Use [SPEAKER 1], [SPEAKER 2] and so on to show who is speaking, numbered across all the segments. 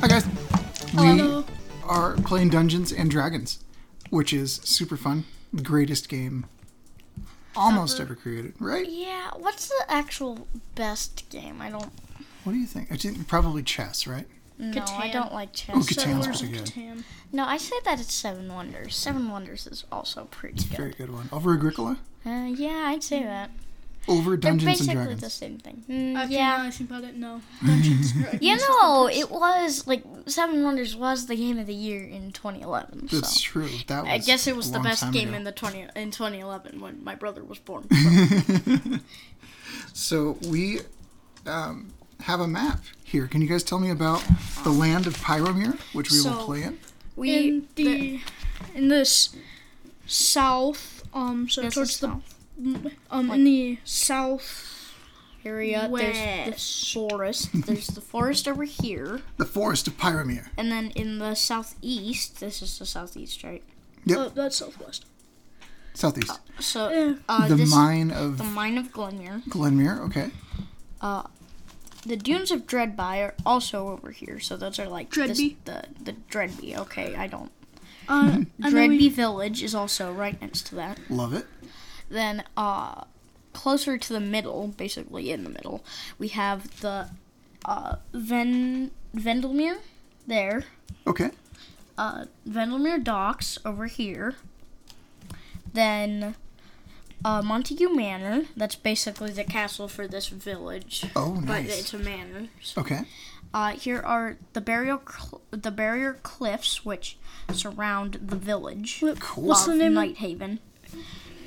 [SPEAKER 1] Hi guys.
[SPEAKER 2] Hello.
[SPEAKER 1] We are playing Dungeons and Dragons, which is super fun. The greatest game almost ever created, right?
[SPEAKER 2] Yeah, what's the actual best game? I don't
[SPEAKER 1] What do you think? I think probably chess, right?
[SPEAKER 3] Mm.
[SPEAKER 2] know. I
[SPEAKER 3] Catan.
[SPEAKER 2] don't like chess.
[SPEAKER 1] Ooh, Catan's
[SPEAKER 3] Settlers of
[SPEAKER 1] pretty good.
[SPEAKER 3] Catan.
[SPEAKER 2] No, I say that it's Seven Wonders. Seven Wonders is also pretty good.
[SPEAKER 1] Very good one. Over Agricola?
[SPEAKER 2] Uh, yeah, I'd say that.
[SPEAKER 1] Over Dungeons and
[SPEAKER 2] They're basically
[SPEAKER 1] Dragons.
[SPEAKER 2] the same thing. Mm,
[SPEAKER 3] Actually, yeah. now
[SPEAKER 2] yeah.
[SPEAKER 3] I think about it, no.
[SPEAKER 2] You know, it was like Seven Wonders was the game of the year in 2011. So
[SPEAKER 1] That's true. That was
[SPEAKER 3] I guess it was the best game in
[SPEAKER 1] the.
[SPEAKER 3] the twenty in 2011 when my brother was born.
[SPEAKER 1] So we um, have a map here. Can you guys tell me about the land of Pyromir, which we will
[SPEAKER 3] So-
[SPEAKER 1] play in?
[SPEAKER 3] We
[SPEAKER 4] in the in this south um so
[SPEAKER 2] Yes,
[SPEAKER 4] towards
[SPEAKER 2] it's
[SPEAKER 4] the
[SPEAKER 2] not.
[SPEAKER 4] um in the south
[SPEAKER 3] area there's
[SPEAKER 4] West.
[SPEAKER 3] the forest. There's the forest over here,
[SPEAKER 1] The forest of Pyromir.
[SPEAKER 3] and then in the southeast. This is the southeast, right?
[SPEAKER 1] Yep.
[SPEAKER 4] uh, that's southwest
[SPEAKER 1] Southeast.
[SPEAKER 3] So uh,
[SPEAKER 1] the
[SPEAKER 3] this
[SPEAKER 1] mine of
[SPEAKER 3] the mine of Glenmere.
[SPEAKER 1] Glenmere. Okay.
[SPEAKER 3] Uh, the dunes of Dreadby are also over here. So those are like this-
[SPEAKER 4] Dreadby?
[SPEAKER 3] the the Dreadby. Okay, I don't.
[SPEAKER 4] uh and then
[SPEAKER 3] Dreadby
[SPEAKER 4] we,
[SPEAKER 3] Village is also right next to that.
[SPEAKER 1] Love it.
[SPEAKER 3] Then, uh, closer to the middle, basically in the middle, we have the uh, Ven- Vendelmere there,
[SPEAKER 1] Okay.
[SPEAKER 3] uh, Vendelmere Docks over here, then uh, Montague Manor, that's basically the castle for this village.
[SPEAKER 1] Oh,
[SPEAKER 3] But
[SPEAKER 1] nice.
[SPEAKER 3] it's a manor. so-
[SPEAKER 1] Okay.
[SPEAKER 3] Uh, here are the barrier cl- the barrier cliffs which surround the village.
[SPEAKER 1] Cool.
[SPEAKER 4] What's the
[SPEAKER 3] of
[SPEAKER 4] name of-
[SPEAKER 3] Nighthaven.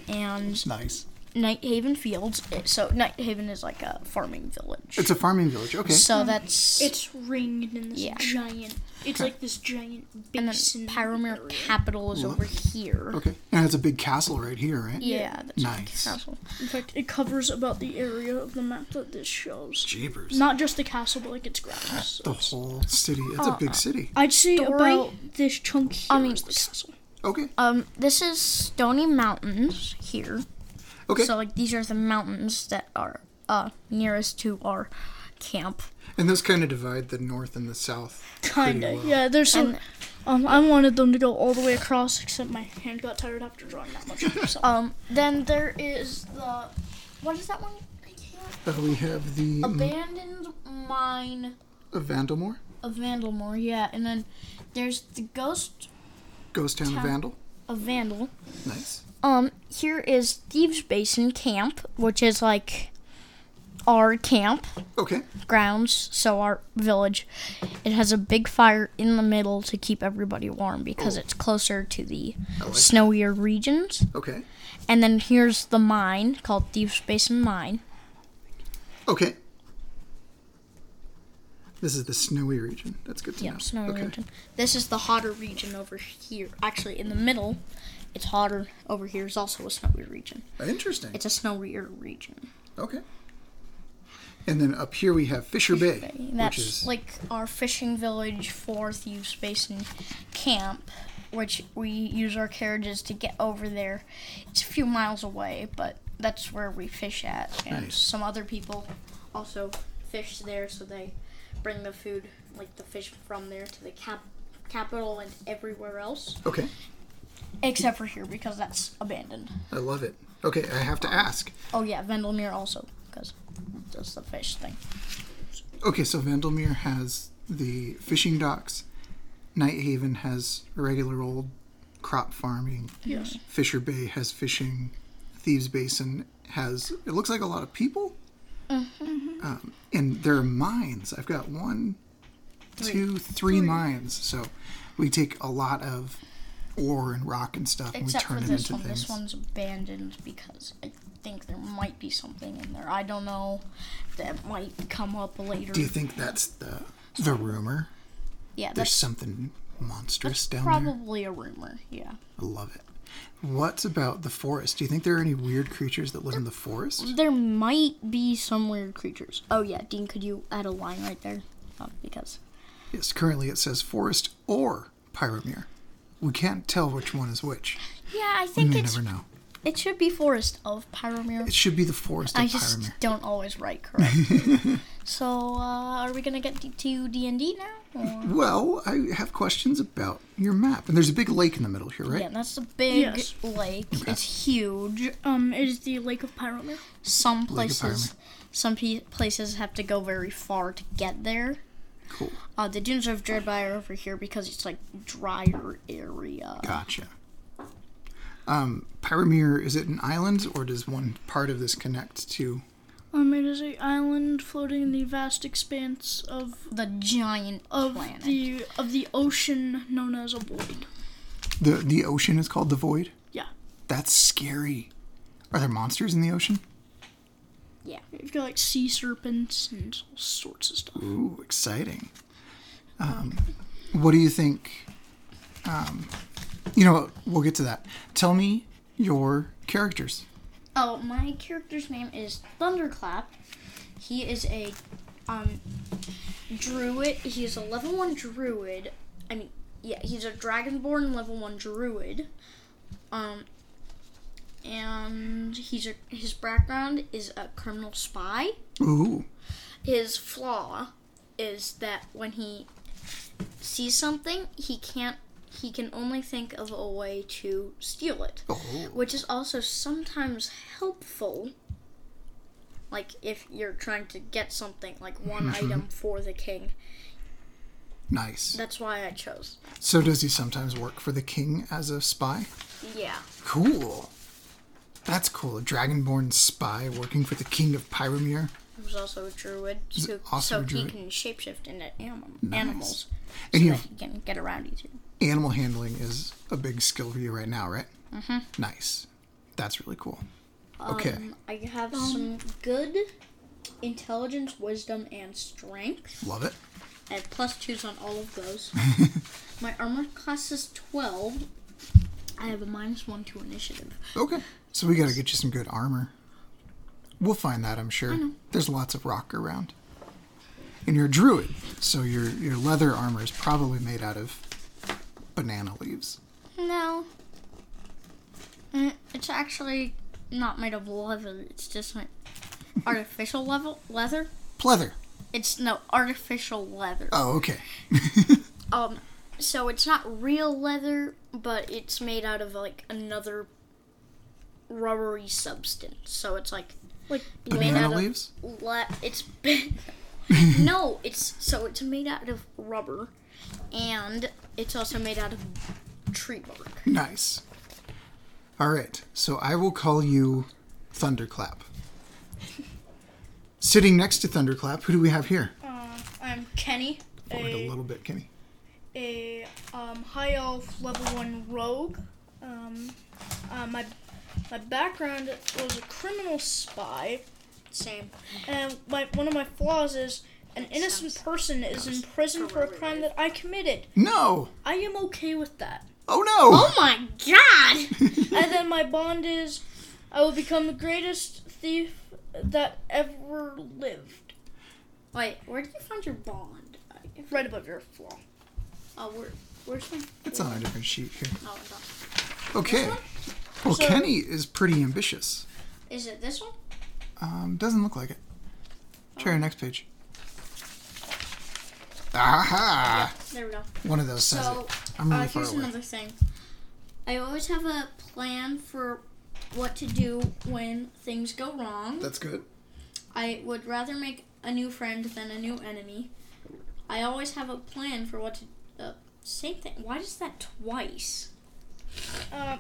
[SPEAKER 3] And
[SPEAKER 1] Nice.
[SPEAKER 3] Nighthaven Fields. It- So Nighthaven is like a farming village.
[SPEAKER 1] It's a farming village. Okay.
[SPEAKER 3] so that's
[SPEAKER 4] it's ringed in this
[SPEAKER 3] Yeah.
[SPEAKER 4] giant it's like this giant
[SPEAKER 3] and then
[SPEAKER 4] basin
[SPEAKER 3] Pyromere
[SPEAKER 4] area.
[SPEAKER 3] Capital is over here.
[SPEAKER 1] Okay. And it's a big castle right here, right?
[SPEAKER 3] Yeah, that's
[SPEAKER 1] Nice.
[SPEAKER 3] the castle.
[SPEAKER 4] in fact it covers about the area of the map that this shows
[SPEAKER 1] Jeepers.
[SPEAKER 4] not just the castle but like its grounds
[SPEAKER 1] The whole city. It's
[SPEAKER 3] Uh-uh.
[SPEAKER 1] a big city.
[SPEAKER 4] I'd say
[SPEAKER 3] Story?
[SPEAKER 4] about this chunk here
[SPEAKER 3] I
[SPEAKER 4] I
[SPEAKER 3] mean,
[SPEAKER 4] mean, is the
[SPEAKER 3] s-
[SPEAKER 4] castle.
[SPEAKER 1] Okay.
[SPEAKER 3] Um, this is Stony Mountains here.
[SPEAKER 1] Okay.
[SPEAKER 3] So like these are the mountains that are uh nearest to our camp.
[SPEAKER 1] and those kind of divide the north and the south. pretty
[SPEAKER 4] Kinda,
[SPEAKER 1] well.
[SPEAKER 4] yeah. There's some.
[SPEAKER 3] And-
[SPEAKER 4] Um, I wanted them to go all the way across, except my hand got tired after drawing that much. So.
[SPEAKER 3] Um, then there is the what is that one? I can't-
[SPEAKER 1] Uh, we have the mm,
[SPEAKER 3] Abandoned mine
[SPEAKER 1] of Vandalmore.
[SPEAKER 3] of Vandalmore, yeah, and then there's the ghost
[SPEAKER 1] Ghost town of Vandal.
[SPEAKER 3] of Vandal.
[SPEAKER 1] Nice.
[SPEAKER 3] Um, here is Thieves Basin Camp, which is like our camp
[SPEAKER 1] Okay.
[SPEAKER 3] grounds, so our village. It has a big fire in the middle to keep everybody warm because it's closer to the
[SPEAKER 1] like
[SPEAKER 3] snowier regions.
[SPEAKER 1] Okay.
[SPEAKER 3] And then here's the mine called Thieves Basin Mine.
[SPEAKER 1] Okay. This is the snowy region. That's good to know.
[SPEAKER 3] Yep, snowy
[SPEAKER 1] okay.
[SPEAKER 3] region. This is the hotter region over here. Actually, in the middle, it's hotter. Over here is also a snowy region.
[SPEAKER 1] Interesting.
[SPEAKER 3] It's a snowier region.
[SPEAKER 1] okay. And then up here we have Fisher Bay,
[SPEAKER 3] That's
[SPEAKER 1] which is
[SPEAKER 3] like our fishing village for Thieves Basin camp, which we use our carriages to get over there. It's a few miles away, but that's where we fish at. And
[SPEAKER 1] Nice.
[SPEAKER 3] some other people also fish there, so they bring the food, like the fish from there, to the cap- capital and everywhere else,
[SPEAKER 1] okay.
[SPEAKER 3] except for here because that's abandoned.
[SPEAKER 1] I love it. Okay, I have to ask.
[SPEAKER 3] Oh, yeah, Vendelmere also, because that's the fish thing.
[SPEAKER 1] Okay, so Vandelmere has the fishing docks. Nighthaven has regular old crop farming.
[SPEAKER 4] yes.
[SPEAKER 1] Fisher Bay has fishing. Thieves Basin has it looks like a lot of people.
[SPEAKER 3] Mm-hmm.
[SPEAKER 1] Um, and there are mines. I've got one, two, three mines. So we take a lot of ore and rock and stuff and we
[SPEAKER 3] Except for
[SPEAKER 1] turn it
[SPEAKER 3] this
[SPEAKER 1] into
[SPEAKER 3] one.
[SPEAKER 1] things.
[SPEAKER 3] This one's abandoned because I think there might be something in there. I don't know. That might come up later.
[SPEAKER 1] Do you think that's the the rumor?
[SPEAKER 3] yeah,
[SPEAKER 1] There's
[SPEAKER 3] that's
[SPEAKER 1] something monstrous down there.
[SPEAKER 3] probably a rumor. Yeah.
[SPEAKER 1] I love it. What about the forest? Do you think there are any weird creatures that live in the forest?
[SPEAKER 2] There might be some weird creatures. Oh yeah, Dean, could you add a line right there?
[SPEAKER 3] Oh,
[SPEAKER 2] Uh, because
[SPEAKER 1] Yes, currently it says forest or Pyromere. We can't tell which one is which.
[SPEAKER 3] Yeah, I
[SPEAKER 1] We
[SPEAKER 3] think
[SPEAKER 1] may
[SPEAKER 3] it's
[SPEAKER 1] never know.
[SPEAKER 3] it should be Forest of Pyromere.
[SPEAKER 1] It should be the forest of
[SPEAKER 3] I just
[SPEAKER 1] Pyromere.
[SPEAKER 3] don't always write correctly. so, uh, are we gonna get d- to D and D now? Or?
[SPEAKER 1] Well, I have questions about your map. And there's a big lake in the middle here, right?
[SPEAKER 3] Yeah, that's a big
[SPEAKER 4] Yes.
[SPEAKER 3] lake. It's huge.
[SPEAKER 4] Um, it is the Lake of Pyromere.
[SPEAKER 3] Some
[SPEAKER 1] Lake of
[SPEAKER 3] places, some pe- places have to go very far to get there.
[SPEAKER 1] Cool.
[SPEAKER 3] Uh, the dunes of Dreadby are over here because it's like drier area.
[SPEAKER 1] Gotcha. Um, Pyromere, is it an island or does one part of this connect to?
[SPEAKER 4] Um, it is a island floating in the vast expanse of
[SPEAKER 3] The giant
[SPEAKER 4] of
[SPEAKER 3] planet.
[SPEAKER 4] the of the ocean known as a void.
[SPEAKER 1] The, the ocean is called the void?
[SPEAKER 4] Yeah,
[SPEAKER 1] That's scary. Are there monsters in the ocean?
[SPEAKER 4] you've got like sea serpents and all sorts of stuff.
[SPEAKER 1] Ooh, exciting. Um, what do you think? Um, you know, what, we'll get to that. Tell me your characters.
[SPEAKER 3] Oh, my character's name is Thunderclap. He is a um druid. He is a level one druid. I mean, yeah, he's a dragonborn level one druid. Um, and he's a his background is a criminal spy.
[SPEAKER 1] Ooh,
[SPEAKER 3] His flaw is that when he sees something, he can't. He can only think of a way to steal it
[SPEAKER 1] oh,
[SPEAKER 3] which is also sometimes helpful like if you're trying to get something like one
[SPEAKER 1] Mm-hmm.
[SPEAKER 3] item for the king
[SPEAKER 1] nice.
[SPEAKER 3] that's why i chose
[SPEAKER 1] So does he sometimes work for the king as a spy?
[SPEAKER 3] yeah
[SPEAKER 1] Cool. That's cool. A dragonborn spy working for the king of Pyromere.
[SPEAKER 3] he was also a druid so,
[SPEAKER 1] also
[SPEAKER 3] so
[SPEAKER 1] a druid?
[SPEAKER 3] he can shapeshift into anim- animals
[SPEAKER 1] And
[SPEAKER 3] so
[SPEAKER 1] you
[SPEAKER 3] that
[SPEAKER 1] have
[SPEAKER 3] he can get around easier
[SPEAKER 1] animal handling is a big skill for you right now, right? Mm-hmm. Nice. That's really cool. Okay.
[SPEAKER 3] um, i have some good intelligence wisdom and strength
[SPEAKER 1] Love it.
[SPEAKER 3] i have plus twos on all of those my armor class is 12 i have a minus one to initiative
[SPEAKER 1] Okay. So we got to get you some good armor. We'll find that, I'm sure. There's lots of rock around. And you're a druid, so your your leather armor is probably made out of banana leaves.
[SPEAKER 3] No. Mm, It's actually not made of leather. It's just like artificial level leather.
[SPEAKER 1] Pleather.
[SPEAKER 3] It's no artificial leather.
[SPEAKER 1] Oh, okay.
[SPEAKER 3] Um, so it's not real leather, but it's made out of like another rubbery substance. So it's like
[SPEAKER 4] Like
[SPEAKER 3] made out
[SPEAKER 1] banana
[SPEAKER 3] of
[SPEAKER 1] leaves?
[SPEAKER 3] le- it's no, it's so it's made out of rubber, and it's also made out of tree bark.
[SPEAKER 1] Nice. All right. So I will call you Thunderclap. Sitting next to Thunderclap, who do we have here?
[SPEAKER 4] uh, I'm Kenny,
[SPEAKER 1] Forward a little bit, Kenny.
[SPEAKER 4] a um, high elf level one rogue. Um, uh, my my background was a criminal spy,
[SPEAKER 3] Same.
[SPEAKER 4] and my one of my flaws is an innocent person is in prison for a crime that I committed.
[SPEAKER 1] No.
[SPEAKER 4] I am okay with that.
[SPEAKER 1] Oh no.
[SPEAKER 3] Oh my god!
[SPEAKER 4] and then my bond is I will become the greatest thief that ever lived.
[SPEAKER 3] Wait, where did you find your bond?
[SPEAKER 4] Right above your flaw.
[SPEAKER 3] Oh, where, where's my?
[SPEAKER 1] It's on a different sheet here.
[SPEAKER 3] Oh, no.
[SPEAKER 1] Okay. Well,
[SPEAKER 4] So-
[SPEAKER 1] Kenny is pretty ambitious.
[SPEAKER 3] Is it this one?
[SPEAKER 1] Um, doesn't look like it. Try
[SPEAKER 3] Um,
[SPEAKER 1] your next page. Aha!
[SPEAKER 3] There we go.
[SPEAKER 1] One of those says
[SPEAKER 3] So,
[SPEAKER 1] it. I'm really
[SPEAKER 3] uh,
[SPEAKER 1] far
[SPEAKER 3] here's
[SPEAKER 1] away.
[SPEAKER 3] another thing. I always have a plan for what to do when things go wrong.
[SPEAKER 1] That's good.
[SPEAKER 3] I would rather make a new friend than a new enemy. I always have a plan for what to. Uh, same thing. Why does that twice?
[SPEAKER 4] Uh,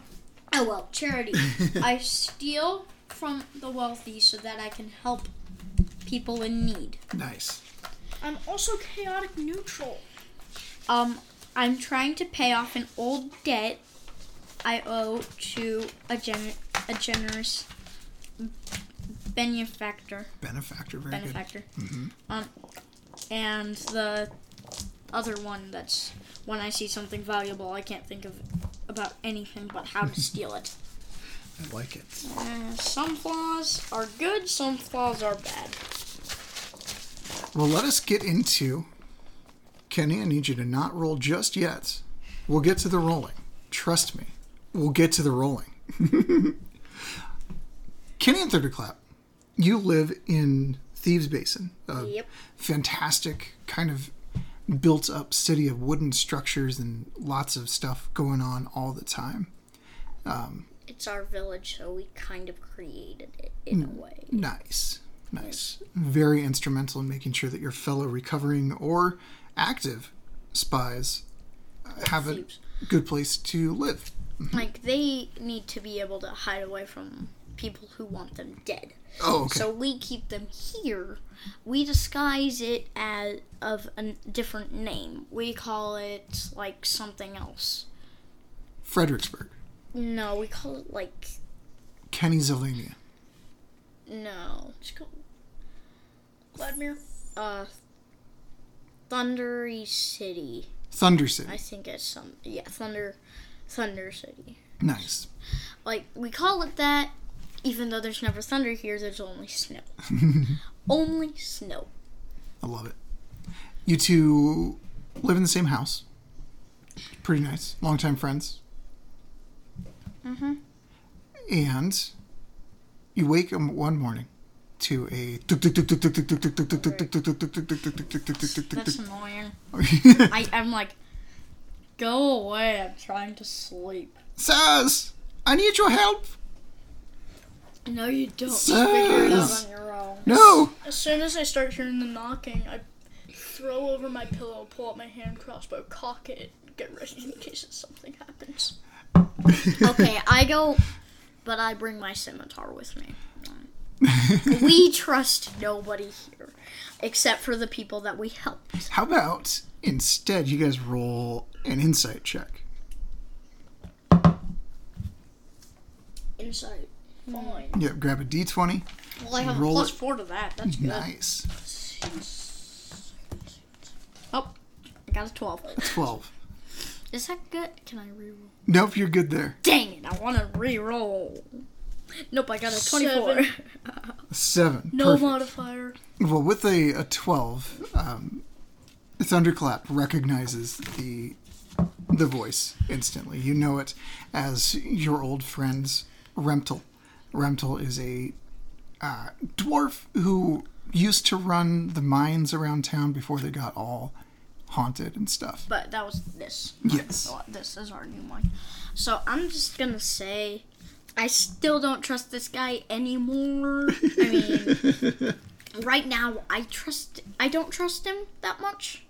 [SPEAKER 3] Oh well, charity. I steal from the wealthy so that I can help people in need.
[SPEAKER 1] Nice.
[SPEAKER 4] I'm also chaotic neutral.
[SPEAKER 3] Um, I'm trying to pay off an old debt I owe to a gen- a generous benefactor.
[SPEAKER 1] Benefactor, very
[SPEAKER 3] Benefactor. Um, and the other one that's when I see something valuable I can't think of a about anything but how to steal it.
[SPEAKER 1] I like it.
[SPEAKER 3] Uh, some flaws are good, some flaws are bad.
[SPEAKER 1] Well, let us get into. Kenny, I need you to not roll just yet. We'll get to the rolling. Trust me. We'll get to the rolling. Kenny and Third Clap, you live in Thieves Basin, a
[SPEAKER 3] Yep.
[SPEAKER 1] fantastic kind of built up city of wooden structures and lots of stuff going on all the time.
[SPEAKER 3] It's our village, so we kind of created it in a way.
[SPEAKER 1] Nice. Nice. Very instrumental in making sure that your fellow recovering or active spies have a
[SPEAKER 3] Thieves.
[SPEAKER 1] good place to live.
[SPEAKER 3] Like, they need to be able to hide away from people who want them dead.
[SPEAKER 1] Oh, okay.
[SPEAKER 3] So we keep them here. We disguise it as of a n- different name. We call it like something else.
[SPEAKER 1] Fredericksburg,
[SPEAKER 3] No, we call it like
[SPEAKER 1] Kenny Zelania.
[SPEAKER 3] no. It's called
[SPEAKER 4] Vladimir.
[SPEAKER 3] uh Thundery City.
[SPEAKER 1] Thunder
[SPEAKER 3] I
[SPEAKER 1] City.
[SPEAKER 3] think it's some yeah, Thunder Thunder City.
[SPEAKER 1] Nice.
[SPEAKER 3] Like we call it that even though there's never thunder here, there's only snow. only snow.
[SPEAKER 1] I love it. You two live in the same house. Pretty nice. Longtime friends. Mm-hmm. And you wake up one morning to a
[SPEAKER 3] That's annoying. I, I'm like, go away. I'm trying to sleep.
[SPEAKER 1] Saz, I need your help.
[SPEAKER 3] No, you don't.
[SPEAKER 1] Figure it out
[SPEAKER 3] on your own.
[SPEAKER 1] No.
[SPEAKER 4] As soon as I start hearing the knocking, I throw over my pillow, pull out my hand crossbow, cock it, get ready in case something happens.
[SPEAKER 3] okay, I go, but I bring my scimitar with me. We trust nobody here, except for the people that we helped.
[SPEAKER 1] How about instead you guys roll an insight check?
[SPEAKER 3] Insight.
[SPEAKER 4] Fine.
[SPEAKER 1] Yeah, grab a d20.
[SPEAKER 3] Well, I have a
[SPEAKER 1] Roll
[SPEAKER 3] plus
[SPEAKER 1] it.
[SPEAKER 3] four to that. That's good.
[SPEAKER 1] Nice.
[SPEAKER 3] Oh, I got a twelve.
[SPEAKER 1] 12.
[SPEAKER 3] Is that good? Can I reroll?
[SPEAKER 1] Nope, you're good there.
[SPEAKER 3] Dang it! I want to reroll. Nope, I got a twenty-four.
[SPEAKER 4] Seven.
[SPEAKER 1] Seven.
[SPEAKER 4] No
[SPEAKER 1] Perfect.
[SPEAKER 4] modifier.
[SPEAKER 1] Well, with a, a 12, um, Thunderclap recognizes the the voice instantly. You know it as your old friend's Remtel. Remtel is a uh, dwarf who used to run the mines around town before they got all haunted and stuff.
[SPEAKER 3] But that was this.
[SPEAKER 1] Yes.
[SPEAKER 3] So this is our new one. So I'm just gonna say, I still don't trust this guy anymore. I mean, right now I trust. I don't trust him that much.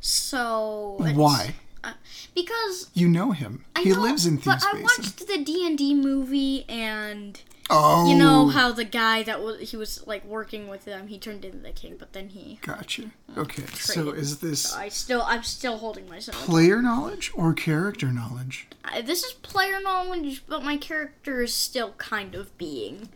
[SPEAKER 3] So it's-
[SPEAKER 1] Why?
[SPEAKER 3] Uh, because
[SPEAKER 1] You know him.
[SPEAKER 3] I
[SPEAKER 1] he
[SPEAKER 3] know-
[SPEAKER 1] lives in
[SPEAKER 3] But
[SPEAKER 1] Thieves
[SPEAKER 3] I
[SPEAKER 1] Basin.
[SPEAKER 3] watched the D and D movie, and
[SPEAKER 1] oh,
[SPEAKER 3] you know how the guy that was he was like working with them, he turned into the king, but then he.
[SPEAKER 1] Gotcha.
[SPEAKER 3] Oh,
[SPEAKER 1] Okay, so is this
[SPEAKER 3] I still, I'm still holding myself.
[SPEAKER 1] player knowledge or character knowledge?
[SPEAKER 3] I- this is player knowledge, but my character is still kind of being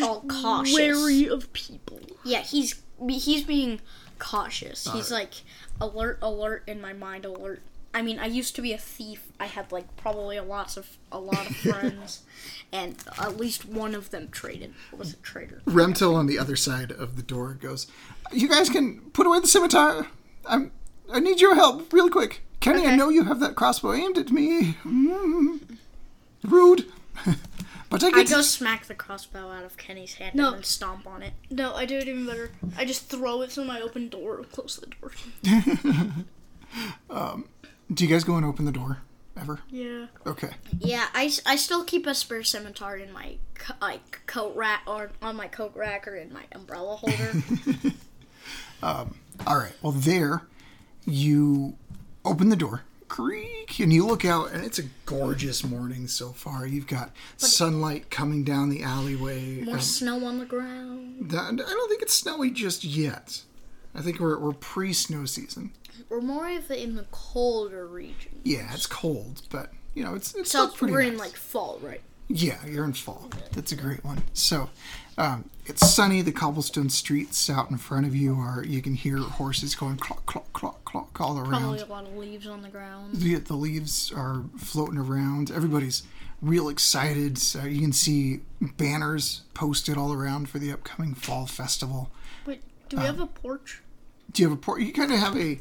[SPEAKER 3] all cautious.
[SPEAKER 4] Wary of people.
[SPEAKER 3] Yeah, he's he's being cautious. he's like alert, alert in my mind, alert. I mean, I used to be a thief. I had like probably a lots of a lot of friends, and at least one of them traded was a traitor.
[SPEAKER 1] Remtel on the other side of the door goes, "You guys can put away the scimitar. I'm. I need your help real quick, Kenny. I know you have that crossbow aimed at me. Mm. Rude, but I
[SPEAKER 3] I
[SPEAKER 1] get.
[SPEAKER 3] go smack the crossbow out of Kenny's hand
[SPEAKER 4] No.
[SPEAKER 3] and then stomp on it.
[SPEAKER 4] No, I do it even better. I just throw it through my open door, close the door.
[SPEAKER 1] Do you guys go and open the door ever?
[SPEAKER 4] Yeah.
[SPEAKER 1] Okay.
[SPEAKER 3] Yeah, I, s- I still keep a spare scimitar in my co- like coat rack or on my coat rack or in my umbrella holder.
[SPEAKER 1] All right. Well, there, you open the door. Creak, and you look out, and it's a gorgeous morning so far. You've got sunlight coming down the alleyway.
[SPEAKER 3] More
[SPEAKER 1] um,
[SPEAKER 3] snow on the ground.
[SPEAKER 1] That, I don't think it's snowy just yet. I think we're, we're pre snow season.
[SPEAKER 3] We're more of it in the colder region.
[SPEAKER 1] Yeah, it's cold, but you know it's it's
[SPEAKER 3] So
[SPEAKER 1] still pretty.
[SPEAKER 3] we're in
[SPEAKER 1] nice.
[SPEAKER 3] like fall, right?
[SPEAKER 1] yeah, you're in fall. That's a great one. So, um, it's sunny. The cobblestone streets out in front of you are you can hear horses going clock clock clock clock call
[SPEAKER 3] Probably
[SPEAKER 1] around.
[SPEAKER 3] a lot of leaves on the ground.
[SPEAKER 1] The, the leaves are floating around. Everybody's real excited. So you can see banners posted all around for the upcoming fall festival.
[SPEAKER 4] Wait, do we have a porch?
[SPEAKER 1] Do you have a port? You kind of have a,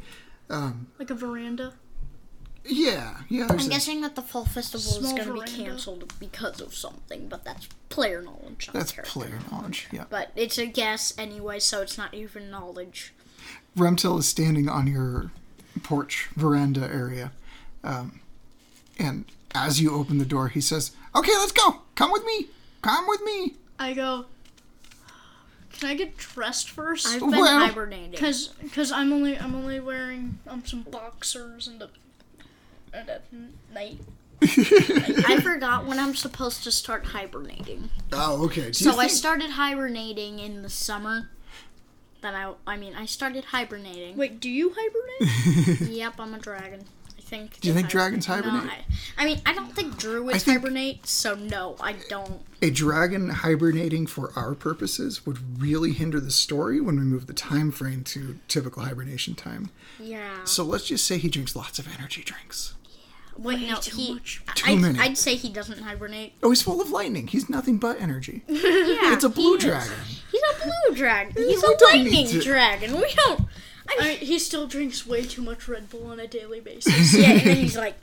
[SPEAKER 1] um,
[SPEAKER 4] Like a veranda?
[SPEAKER 1] yeah, yeah. There's
[SPEAKER 3] I'm
[SPEAKER 1] a-
[SPEAKER 3] guessing that the fall festival is
[SPEAKER 4] Small
[SPEAKER 3] going to be
[SPEAKER 4] veranda.
[SPEAKER 3] canceled because of something, but that's player knowledge. Not
[SPEAKER 1] that's
[SPEAKER 3] character.
[SPEAKER 1] player knowledge. Yeah.
[SPEAKER 3] But it's a guess anyway, so it's not even knowledge.
[SPEAKER 1] Remtel is standing on your porch veranda area, um, and as you open the door, he says, "Okay, let's go. Come with me. Come with me."
[SPEAKER 4] I go, can I get dressed first?
[SPEAKER 3] I've been
[SPEAKER 1] Well-
[SPEAKER 3] hibernating.
[SPEAKER 4] Cause, cause I'm only, I'm only wearing um some boxers and a, and a night.
[SPEAKER 3] I forgot when I'm supposed to start hibernating.
[SPEAKER 1] oh, okay. Do you
[SPEAKER 3] So I
[SPEAKER 1] think-
[SPEAKER 3] started hibernating in the summer. Then I, I mean, I started hibernating.
[SPEAKER 4] Wait, do you hibernate?
[SPEAKER 3] Yep, I'm a dragon. I think.
[SPEAKER 1] Do you
[SPEAKER 3] they
[SPEAKER 1] think dragons hibernate?
[SPEAKER 3] No, I, I mean, I don't think druids
[SPEAKER 1] I think-
[SPEAKER 3] hibernate, so no, I don't.
[SPEAKER 1] a dragon hibernating for our purposes would really hinder the story when we move the time frame to typical hibernation time.
[SPEAKER 3] Yeah.
[SPEAKER 1] So let's just say he drinks lots of energy drinks.
[SPEAKER 3] Wait, no, he.
[SPEAKER 1] Too
[SPEAKER 3] I,
[SPEAKER 1] many.
[SPEAKER 3] I'd say he doesn't hibernate.
[SPEAKER 1] Oh, he's full of lightning. He's nothing but energy.
[SPEAKER 3] Yeah,
[SPEAKER 1] It's a blue dragon.
[SPEAKER 3] He's a blue dragon. He's
[SPEAKER 1] We
[SPEAKER 3] a
[SPEAKER 1] don't need
[SPEAKER 3] lightning
[SPEAKER 1] to-
[SPEAKER 3] dragon. We don't. I
[SPEAKER 4] I
[SPEAKER 3] mean,
[SPEAKER 4] mean, he still drinks way too much Red Bull on a daily basis.
[SPEAKER 3] yeah, and then he's like,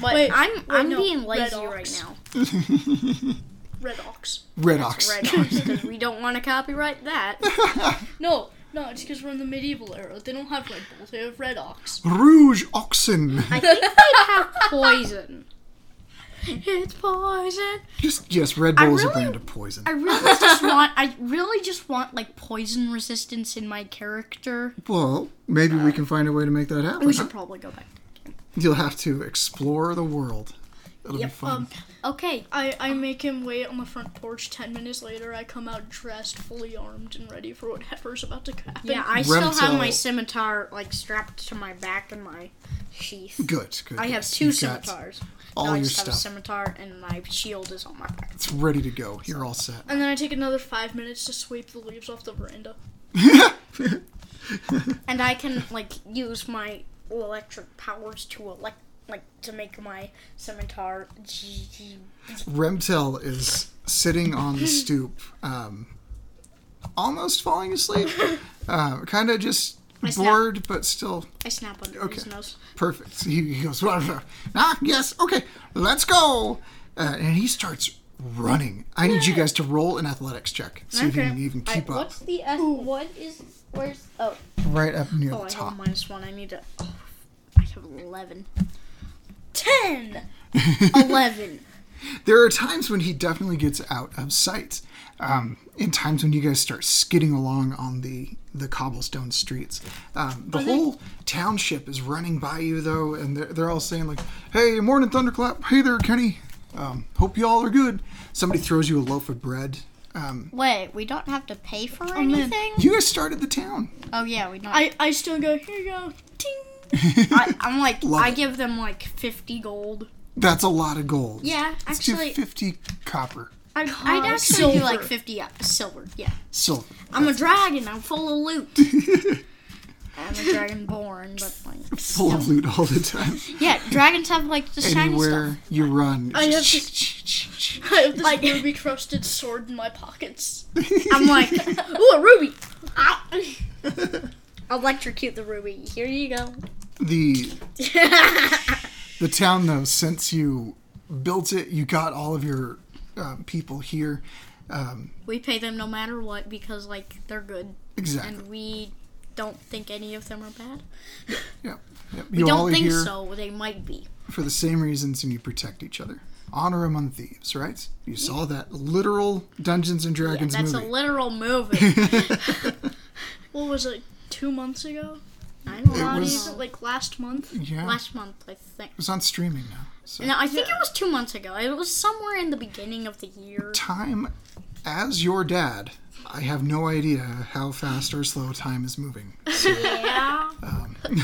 [SPEAKER 4] But
[SPEAKER 3] wait, I'm I'm
[SPEAKER 4] no,
[SPEAKER 3] being
[SPEAKER 4] Red
[SPEAKER 3] lazy
[SPEAKER 4] Ox.
[SPEAKER 3] right now.
[SPEAKER 4] Red Ox.
[SPEAKER 1] Red ox.
[SPEAKER 3] Red Ox, because we don't want to copyright that.
[SPEAKER 4] No, no, it's because we're in the medieval era. They don't have Red Bulls. They have Red Ox.
[SPEAKER 1] Rouge oxen.
[SPEAKER 3] I think they'd have poison. It's poison.
[SPEAKER 1] Just yes, Red Bull is a
[SPEAKER 3] really-
[SPEAKER 1] brand of poison.
[SPEAKER 3] I really just want I really just want like poison resistance in my character.
[SPEAKER 1] well, maybe we can find a way to make that happen.
[SPEAKER 3] We should probably go back.
[SPEAKER 1] You'll have to explore the world. It'll be fun.
[SPEAKER 4] Um,
[SPEAKER 3] Okay.
[SPEAKER 4] I, I make him wait on the front porch. Ten minutes later, I come out dressed, fully armed, and ready for whatever's about to happen.
[SPEAKER 3] Yeah, I still have my
[SPEAKER 1] Remtel.
[SPEAKER 3] scimitar like strapped to my back and my sheath.
[SPEAKER 1] good, good.
[SPEAKER 3] I
[SPEAKER 1] good.
[SPEAKER 3] have 2
[SPEAKER 1] You've got-
[SPEAKER 3] scimitars.
[SPEAKER 1] all
[SPEAKER 3] no, I
[SPEAKER 1] your
[SPEAKER 3] just have a
[SPEAKER 1] stuff.
[SPEAKER 3] scimitar and my shield is on my back.
[SPEAKER 1] It's ready to go. You're all set.
[SPEAKER 4] And then I take another five minutes to sweep the leaves off the veranda.
[SPEAKER 3] And I can like use my electric powers to elect like to make my scimitar
[SPEAKER 1] Remtel is sitting on the stoop, um, almost falling asleep. Uh, kind of just
[SPEAKER 3] snap.
[SPEAKER 1] bored, but still
[SPEAKER 3] I snap under his
[SPEAKER 1] Okay.
[SPEAKER 3] nose.
[SPEAKER 1] perfect. He, he goes, "Rah, rah. ah, yes, okay, let's go. Uh, and he starts running. I need you guys to roll an athletics check. See if you
[SPEAKER 3] Okay.
[SPEAKER 1] can even keep up.
[SPEAKER 5] What's the F? What is? Where's? Oh,
[SPEAKER 1] Right up near
[SPEAKER 3] Oh,
[SPEAKER 1] the
[SPEAKER 3] I
[SPEAKER 1] top.
[SPEAKER 3] have a minus one. I need to. Oh, I have 11. 10! 11.
[SPEAKER 1] there are times when he definitely gets out of sight um, and times when you guys start skidding along on the the cobblestone streets um, the whole township is running by you though and they're, they're all saying like hey morning thunderclap hey there kenny um, hope you all are good somebody throws you a loaf of bread um,
[SPEAKER 2] Wait, we don't have to pay for anything?
[SPEAKER 1] you guys started the town
[SPEAKER 2] Oh, yeah, we don't. I,
[SPEAKER 4] I, I still go, here you go. Ting.
[SPEAKER 3] I, I'm like,
[SPEAKER 1] Love
[SPEAKER 3] I
[SPEAKER 1] it.
[SPEAKER 3] give them like 50 gold.
[SPEAKER 1] that's a lot of gold
[SPEAKER 3] Yeah,
[SPEAKER 1] Let's
[SPEAKER 3] actually,
[SPEAKER 1] do 50 copper
[SPEAKER 3] I'd, I'd actually do like
[SPEAKER 4] Silver.
[SPEAKER 3] 50 uh, silver. Yeah.
[SPEAKER 1] silver
[SPEAKER 3] I'm a dragon. I'm full of loot. I'm a dragon born, but like.
[SPEAKER 1] full of loot all the time
[SPEAKER 3] Yeah, dragons have like the shiny stuff.
[SPEAKER 1] anywhere you run it's
[SPEAKER 4] I have
[SPEAKER 1] just
[SPEAKER 4] I have this ruby crusted sword in my pockets.
[SPEAKER 3] I'm like, ooh, a ruby! Ow. Electrocute the ruby. Here you go.
[SPEAKER 1] the the town though since you built it you got all of your um, people here um,
[SPEAKER 3] We pay them no matter what because like they're good.
[SPEAKER 1] exactly
[SPEAKER 3] and we don't think any of them are bad.
[SPEAKER 1] yeah, yeah.
[SPEAKER 3] We
[SPEAKER 1] you all
[SPEAKER 3] don't
[SPEAKER 1] are
[SPEAKER 3] think
[SPEAKER 1] here
[SPEAKER 3] so. They might be.
[SPEAKER 1] for the same reasons and you protect each other honor among thieves right you saw that literal dungeons and
[SPEAKER 3] Yeah,
[SPEAKER 1] dragons
[SPEAKER 3] that's a
[SPEAKER 1] movie
[SPEAKER 3] literal movie.
[SPEAKER 4] What was it, two months ago?
[SPEAKER 3] I don't
[SPEAKER 1] It
[SPEAKER 3] know.
[SPEAKER 1] was-
[SPEAKER 4] Is it like last month?
[SPEAKER 1] yeah it
[SPEAKER 3] Last month, I think.
[SPEAKER 1] was on streaming now so
[SPEAKER 3] No, I think it was two months ago. It was somewhere in the beginning of the year.
[SPEAKER 1] time as your dad i have no idea how fast or slow time is moving um,
[SPEAKER 3] Yeah.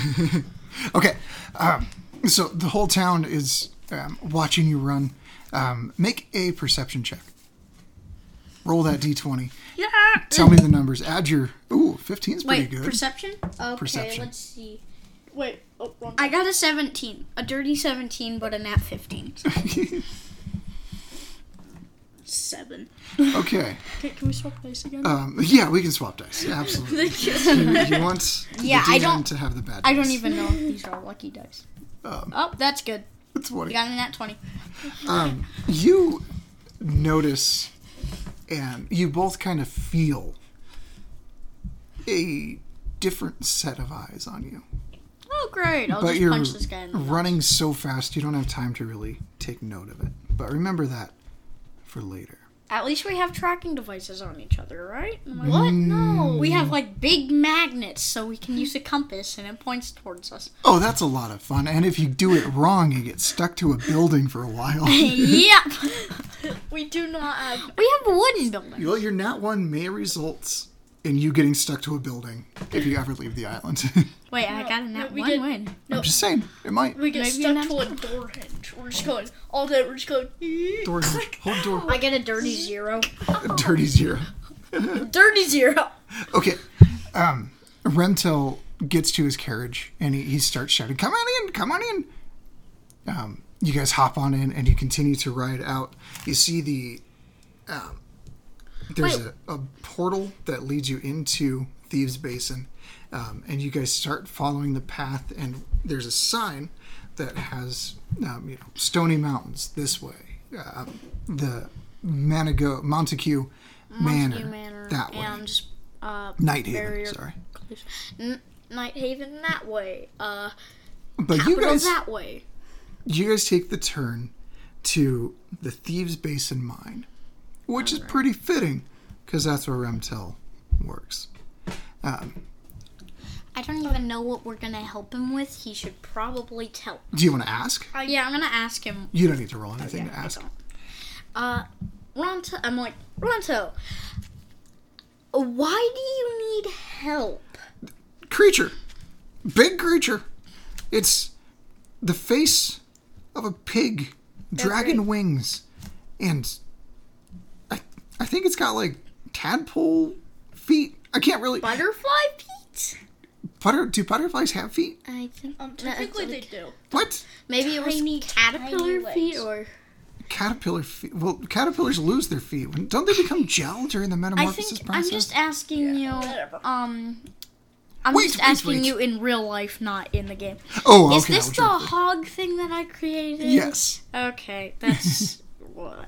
[SPEAKER 1] Okay, um, so the whole town is um, watching you run. Um, make a perception check. Roll that d20.
[SPEAKER 3] yeah.
[SPEAKER 1] Tell me the numbers. Add your. Ooh, 15 is pretty
[SPEAKER 3] Wait,
[SPEAKER 1] good.
[SPEAKER 3] perception?
[SPEAKER 5] okay.
[SPEAKER 1] Perception.
[SPEAKER 5] Let's see.
[SPEAKER 4] Wait. Oh, wrong.
[SPEAKER 6] I got a 17, a dirty 17, but a nat 15. Seven.
[SPEAKER 1] okay.
[SPEAKER 4] Can, can we swap dice again?
[SPEAKER 1] Um, yeah, we can swap dice. Absolutely. you, you want
[SPEAKER 3] Yeah,
[SPEAKER 1] the
[SPEAKER 3] I
[SPEAKER 1] DM
[SPEAKER 3] don't-
[SPEAKER 1] to have the bad.
[SPEAKER 3] I don't
[SPEAKER 1] dice.
[SPEAKER 3] even know if these are lucky dice.
[SPEAKER 1] Um,
[SPEAKER 3] Oh, that's good.
[SPEAKER 1] it's what
[SPEAKER 3] We
[SPEAKER 1] it-
[SPEAKER 3] got a nat 20.
[SPEAKER 1] um, you notice and you both kind of feel a different set of eyes on you
[SPEAKER 3] Oh, great. I'll
[SPEAKER 1] but
[SPEAKER 3] just
[SPEAKER 1] you're
[SPEAKER 3] punch this guy in the
[SPEAKER 1] running so fast you don't have time to really take note of it but remember that for later
[SPEAKER 3] At least we have tracking devices on each other, right?
[SPEAKER 1] what no
[SPEAKER 3] We have like big magnets so we can use a compass and it points towards us.
[SPEAKER 1] oh that's a lot of fun and if you do it wrong you get stuck to a building for a while
[SPEAKER 3] yep.
[SPEAKER 4] We do not have.
[SPEAKER 3] We have a wooden building.
[SPEAKER 1] well your nat one may results in you getting stuck to a building if you ever leave the island
[SPEAKER 3] Wait, I got a nat
[SPEAKER 4] we
[SPEAKER 3] one
[SPEAKER 4] did-
[SPEAKER 3] win.
[SPEAKER 1] i'm just saying it might
[SPEAKER 4] We get
[SPEAKER 3] Maybe
[SPEAKER 4] stuck
[SPEAKER 3] not.
[SPEAKER 4] to a door hinge. We're just going all day. We're just going.
[SPEAKER 1] door hold door
[SPEAKER 3] I get a dirty zero.
[SPEAKER 1] Dirty zero.
[SPEAKER 3] Dirty zero.
[SPEAKER 1] Okay. Um, Remtel gets to his carriage and he, he starts shouting, "Come on in! Come on in!" Um, you guys hop on in and you continue to ride out. You see the um, there's a, a portal that leads you into Thieves Basin, um, and you guys start following the path. And there's a sign that has um, you know Stony Mountains this way, um, the Manigo Montague, Manor, that way.
[SPEAKER 3] And just uh,
[SPEAKER 1] Night Haven,
[SPEAKER 3] Barrier.
[SPEAKER 1] sorry.
[SPEAKER 3] N- Night Haven that way. Uh,
[SPEAKER 1] But you
[SPEAKER 3] Capital
[SPEAKER 1] guys,
[SPEAKER 3] that way.
[SPEAKER 1] you guys take the turn to the Thieves Basin mine, which is pretty fitting because that's where Remtel works.
[SPEAKER 3] I don't even know what we're gonna help him with. He should probably tell.
[SPEAKER 1] Do you want to ask?
[SPEAKER 3] yeah, I'm gonna ask him.
[SPEAKER 1] You don't need to roll anything to ask.
[SPEAKER 3] Uh, Ronto, I'm like Ronto. Why do you need help?
[SPEAKER 1] Creature, big creature. It's the face of a pig, dragon wings, and I, I think it's got like tadpole feet. I can't really.
[SPEAKER 3] Butterfly feet?
[SPEAKER 1] Butter, do butterflies have feet?
[SPEAKER 3] I think
[SPEAKER 4] Um, technically they do.
[SPEAKER 1] What?
[SPEAKER 3] maybe it was caterpillar
[SPEAKER 7] tiny
[SPEAKER 3] feet
[SPEAKER 7] legs.
[SPEAKER 3] or
[SPEAKER 1] caterpillar feet. Well, caterpillars lose their feet. When- Don't they become gel during the
[SPEAKER 3] I
[SPEAKER 1] metamorphosis
[SPEAKER 3] think
[SPEAKER 1] process?
[SPEAKER 3] I'm just asking you. Um, I'm
[SPEAKER 1] Wait,
[SPEAKER 3] just
[SPEAKER 1] wait,
[SPEAKER 3] asking
[SPEAKER 1] wait.
[SPEAKER 3] you in real life, not in the game.
[SPEAKER 1] oh, okay.
[SPEAKER 3] Is this
[SPEAKER 1] I'll
[SPEAKER 3] the
[SPEAKER 1] drop it.
[SPEAKER 3] hog thing that I created?
[SPEAKER 1] Yes.
[SPEAKER 3] Okay, that's what.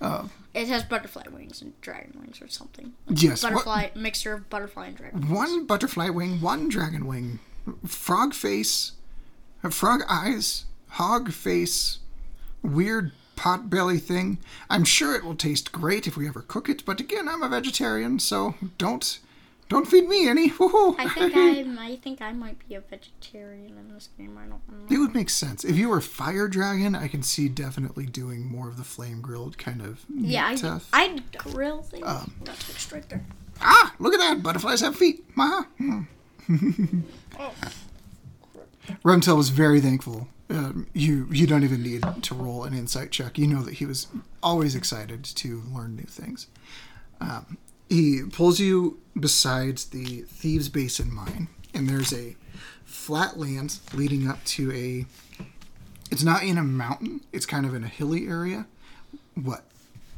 [SPEAKER 1] Oh.
[SPEAKER 3] It has butterfly wings and dragon wings or something.
[SPEAKER 1] Yes. what-
[SPEAKER 3] Butterfly mixture of butterfly and dragon.
[SPEAKER 1] one butterfly wing, one dragon wing, frog face, uh, frog eyes, hog face, weird pot belly thing. I'm sure it will taste great if we ever cook it, but again, I'm a vegetarian, so don't don't feed me any. Woohoo.
[SPEAKER 3] I think I, I think I might be a vegetarian in this game. I don't know.
[SPEAKER 1] It would make sense. If you were fire dragon, I can see definitely doing more of the flame grilled kind of meat
[SPEAKER 3] Yeah, I,
[SPEAKER 1] stuff.
[SPEAKER 3] I'd grill things.
[SPEAKER 1] Um,
[SPEAKER 4] That's fixed right there.
[SPEAKER 1] Ah, look at that. Butterflies have feet. Ma. Hmm. Remtel was very thankful. Um, you you don't even need to roll an insight check. You know that he was always excited to learn new things. Um, he pulls you beside the Thieves Basin mine, and there's a flat land leading up to a. It's not in a mountain. It's kind of in a hilly area. What?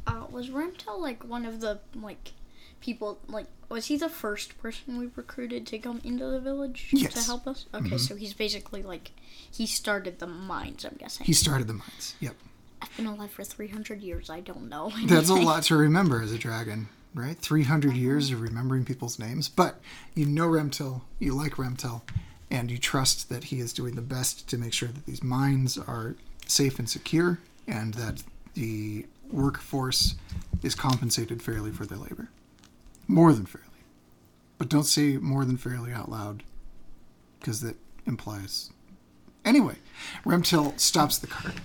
[SPEAKER 3] Uh, was Remtel like one of the like people? Like, was he the first person we recruited to come into the village to
[SPEAKER 1] Yes. Mm-hmm.
[SPEAKER 3] help us? Okay, so he's basically like he started the mines. I'm guessing.
[SPEAKER 1] He started the mines. Yep.
[SPEAKER 3] I've been alive for 300 years. I don't know.
[SPEAKER 1] That's a lot to remember as a dragon, right? 300 years of remembering people's names. But you know Remtel, you like Remtel, and you trust that he is doing the best to make sure that these mines are safe and secure and that the workforce is compensated fairly for their labor. More than fairly. But don't say more than fairly out loud because that implies. Anyway, Remtel stops the cart.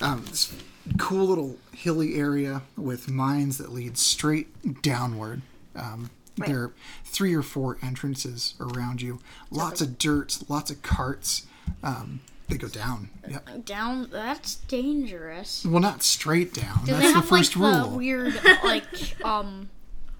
[SPEAKER 1] Um, this cool little hilly area with mines that lead straight downward. Um, There are three or four entrances around you. Lots of dirt, lots of carts. Um, they go down. Yep.
[SPEAKER 3] Down. That's dangerous.
[SPEAKER 1] Well, not straight down.
[SPEAKER 3] Do
[SPEAKER 1] That's
[SPEAKER 3] they
[SPEAKER 1] the
[SPEAKER 3] have
[SPEAKER 1] first
[SPEAKER 3] like
[SPEAKER 1] rule.
[SPEAKER 3] the weird like um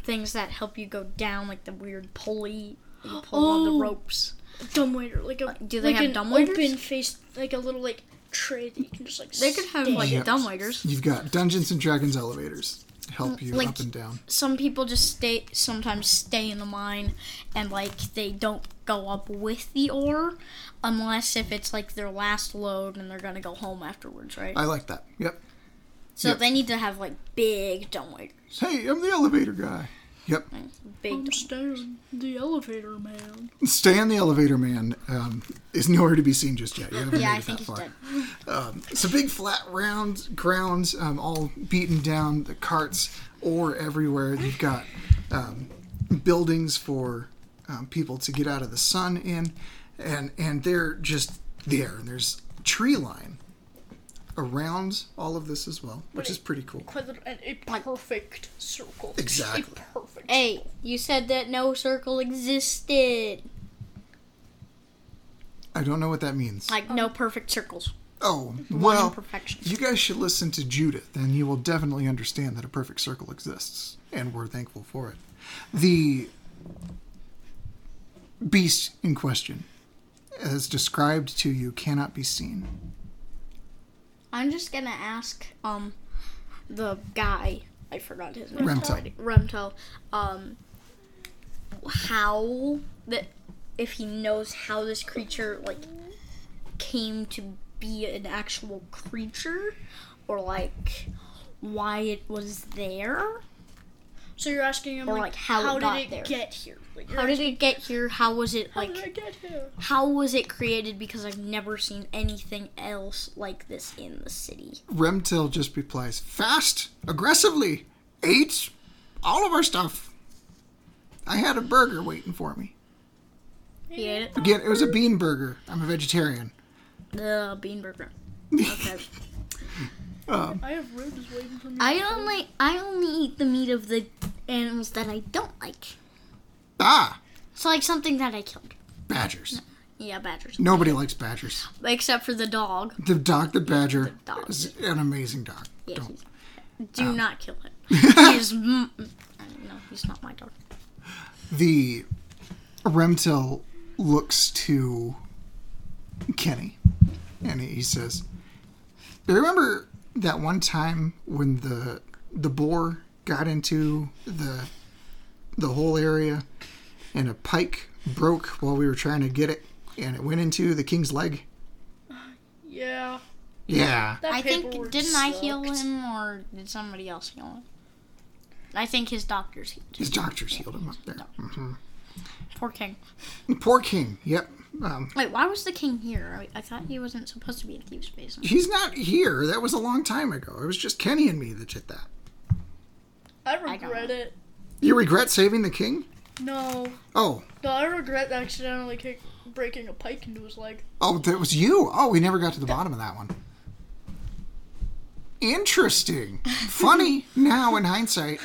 [SPEAKER 3] things that help you go down, like the weird pulley you pull on the ropes?
[SPEAKER 4] dumbwaiter, like a
[SPEAKER 3] do they
[SPEAKER 4] like
[SPEAKER 3] have
[SPEAKER 4] an
[SPEAKER 3] dumbwaiters?
[SPEAKER 4] open face, like a little like tray that you can just like.
[SPEAKER 3] They could have
[SPEAKER 4] stand.
[SPEAKER 3] like
[SPEAKER 1] Yep.
[SPEAKER 3] dumbwaiters.
[SPEAKER 1] You've got Dungeons and Dragons elevators to help you
[SPEAKER 3] Mm, like-
[SPEAKER 1] up and down.
[SPEAKER 3] Some people just stay sometimes stay in the mine and like they don't go up with the ore unless if it's like their last load and they're gonna go home afterwards, right?
[SPEAKER 1] I like that. Yep.
[SPEAKER 3] so
[SPEAKER 1] yep.
[SPEAKER 3] they need to have like big dumbwaiters.
[SPEAKER 1] Hey, I'm the elevator guy. Yep.
[SPEAKER 3] Big
[SPEAKER 4] I'm
[SPEAKER 3] dumb-
[SPEAKER 4] staring the elevator man.
[SPEAKER 1] Stay in the elevator, man. Um, is nowhere to be seen just yet. You haven't
[SPEAKER 3] Yeah,
[SPEAKER 1] made
[SPEAKER 3] I
[SPEAKER 1] it
[SPEAKER 3] think
[SPEAKER 1] that
[SPEAKER 3] he's
[SPEAKER 1] far. Um,
[SPEAKER 3] dead.
[SPEAKER 1] So big, flat, round grounds, um, all beaten down. The carts or everywhere. You've got um, buildings for um, people to get out of the sun in, and and they're just there. And there's tree line around all of this as well, which is pretty cool.
[SPEAKER 4] Quite little- and a perfect circle.
[SPEAKER 1] Exactly.
[SPEAKER 4] A perfect.
[SPEAKER 3] Hey, you said that no circle existed.
[SPEAKER 1] I don't know what that means.
[SPEAKER 3] Like no perfect circles.
[SPEAKER 1] Oh
[SPEAKER 3] One
[SPEAKER 1] well,
[SPEAKER 3] imperfection.
[SPEAKER 1] you guys should listen to Judith, and you will definitely understand that a perfect circle exists, and we're thankful for it. The beast in question, as described to you, cannot be seen.
[SPEAKER 3] I'm just gonna ask um the guy I forgot his name
[SPEAKER 1] Remtel.
[SPEAKER 3] already. Remtel. Um how that if he knows how this creature like came to be an actual creature or like why it was there.
[SPEAKER 4] So you're asking him
[SPEAKER 3] Or,
[SPEAKER 4] like,
[SPEAKER 3] like, how it got
[SPEAKER 4] did it
[SPEAKER 3] there.
[SPEAKER 4] get here? Like, you're
[SPEAKER 3] How did it get here? How was it
[SPEAKER 4] asking, how
[SPEAKER 3] like
[SPEAKER 4] did it get here?
[SPEAKER 3] how was it created because I've never seen anything else like this in the city.
[SPEAKER 1] Remtil just replies, "Fast, aggressively, ate all of our stuff. I had a burger waiting for me.
[SPEAKER 3] He ate it.
[SPEAKER 1] Again, it was a bean burger. I'm a vegetarian.
[SPEAKER 3] The bean burger. Okay.
[SPEAKER 1] Um,
[SPEAKER 4] I have ribs waiting for me.
[SPEAKER 3] I only I only eat the meat of the animals that I don't like.
[SPEAKER 1] Ah,
[SPEAKER 3] So like something that I killed.
[SPEAKER 1] badgers.
[SPEAKER 3] Yeah, badgers.
[SPEAKER 1] Nobody likes badgers."
[SPEAKER 3] Except for the dog.
[SPEAKER 1] The dog, the badger,
[SPEAKER 3] dog.
[SPEAKER 1] is an amazing dog.
[SPEAKER 3] Yeah,
[SPEAKER 1] Don't.
[SPEAKER 3] he's, Oh. do not kill him. he's m- no, he's not my dog.
[SPEAKER 1] The Remtil looks to Kenny, and he says, "You remember that one time when the the boar got into the the whole area, and a pike broke while we were trying to get it, and it went into the king's leg?
[SPEAKER 4] yeah.
[SPEAKER 1] Yeah,
[SPEAKER 4] That
[SPEAKER 3] I think
[SPEAKER 4] paperwork
[SPEAKER 3] didn't I heal
[SPEAKER 4] sucked.
[SPEAKER 3] him or did somebody else heal him? I think his doctors healed him.
[SPEAKER 1] his doctors healed him up there. Mhm.
[SPEAKER 3] Poor king.
[SPEAKER 1] Poor king. Yep." Um,
[SPEAKER 3] Wait, why was the king here? I, I thought he wasn't supposed to be in Thieves' Basin.
[SPEAKER 1] He's not here. That was a long time ago. It was just Kenny and me that did that.
[SPEAKER 4] I
[SPEAKER 3] I don't
[SPEAKER 4] regret
[SPEAKER 3] know.
[SPEAKER 4] it.
[SPEAKER 1] You regret saving the king?
[SPEAKER 4] No.
[SPEAKER 1] Oh,
[SPEAKER 4] No, I regret accidentally kick, breaking a pike into his leg.
[SPEAKER 1] oh, that was you. Oh, we never got to the bottom of that one. Interesting. Funny now in hindsight.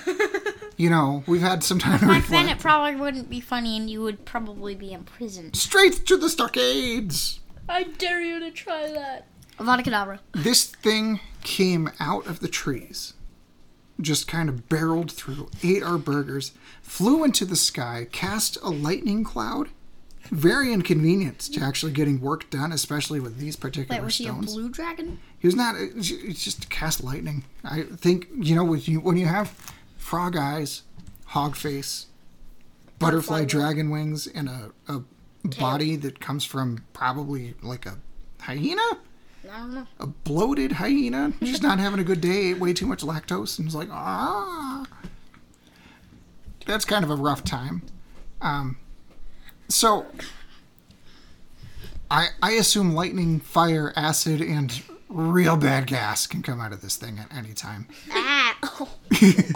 [SPEAKER 1] You know, we've had some time to
[SPEAKER 3] Back then,
[SPEAKER 1] reflect.
[SPEAKER 3] it probably wouldn't be funny, and you would probably be imprisoned.
[SPEAKER 1] Straight to the stockades.
[SPEAKER 4] I dare you to try that.
[SPEAKER 3] Avada Kedavra.
[SPEAKER 1] This thing came out of the trees, just kind of barreled through, ate our burgers, flew into the sky, cast a lightning cloud. Very inconvenient to actually getting work done, especially with these particular
[SPEAKER 3] Wait, was he a
[SPEAKER 1] stones.
[SPEAKER 3] blue dragon?
[SPEAKER 1] He was not. It's it's just cast lightning. I think you know when you when you have frog eyes, hog face, butterfly dragon wings, and a, a body that comes from probably like a hyena.
[SPEAKER 3] I don't know.
[SPEAKER 1] A bloated hyena. She's not having a good day. Ate way too much lactose, and was like, ah. That's kind of a rough time. Um, so, I I assume lightning, fire, acid, and real bad gas can come out of this thing at any time.
[SPEAKER 3] Ah!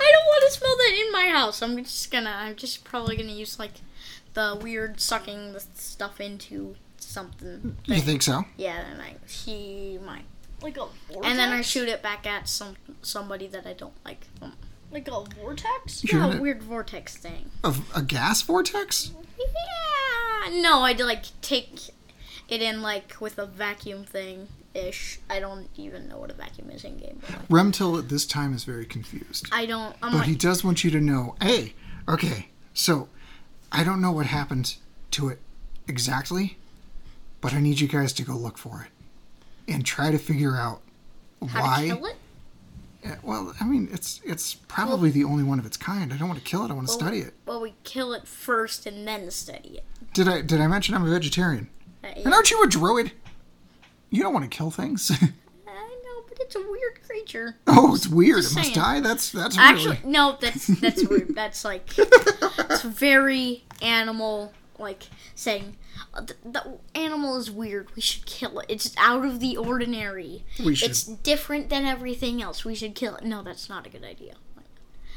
[SPEAKER 3] I don't want to smell that in my house. I'm just gonna. I'm just probably gonna use like the weird sucking the stuff into something.
[SPEAKER 1] You think so?
[SPEAKER 3] Yeah, and I he might.
[SPEAKER 4] Like a vortex?
[SPEAKER 3] And then I shoot it back at some somebody that I don't like. Um,
[SPEAKER 4] Like a vortex?
[SPEAKER 1] You're
[SPEAKER 3] yeah,
[SPEAKER 1] in
[SPEAKER 3] a Oh, weird vortex thing.
[SPEAKER 1] a, a gas vortex?
[SPEAKER 3] Yeah. No, I'd like take it in like with a vacuum thing ish. I don't even know what a vacuum is in game. But, like,
[SPEAKER 1] Remtil at this time is very confused.
[SPEAKER 3] I don't. I'm
[SPEAKER 1] But he
[SPEAKER 3] like,
[SPEAKER 1] does want you to know, hey, okay, so I don't know what happened to it exactly, but I need you guys to go look for it and try to figure out
[SPEAKER 3] How
[SPEAKER 1] why.
[SPEAKER 3] to kill it?
[SPEAKER 1] Yeah, well, I mean, it's it's probably the only one of its kind. I don't want to kill it. I want to study it.
[SPEAKER 3] Well, we kill it first and then study it.
[SPEAKER 1] Did I did I mention I'm a vegetarian?
[SPEAKER 3] Uh,
[SPEAKER 1] And
[SPEAKER 3] yeah,
[SPEAKER 1] aren't you a druid? You don't want to kill things.
[SPEAKER 3] I know, but it's a weird creature.
[SPEAKER 1] oh, it's weird. It must
[SPEAKER 3] saying.
[SPEAKER 1] die. That's that's really.
[SPEAKER 3] Actually, no, that's that's weird. That's like it's very animal like saying "Uh, th- the animal is weird. We should kill it. It's out of the ordinary.
[SPEAKER 1] We should.
[SPEAKER 3] It's different than everything else. We should kill it. No, that's not a good idea.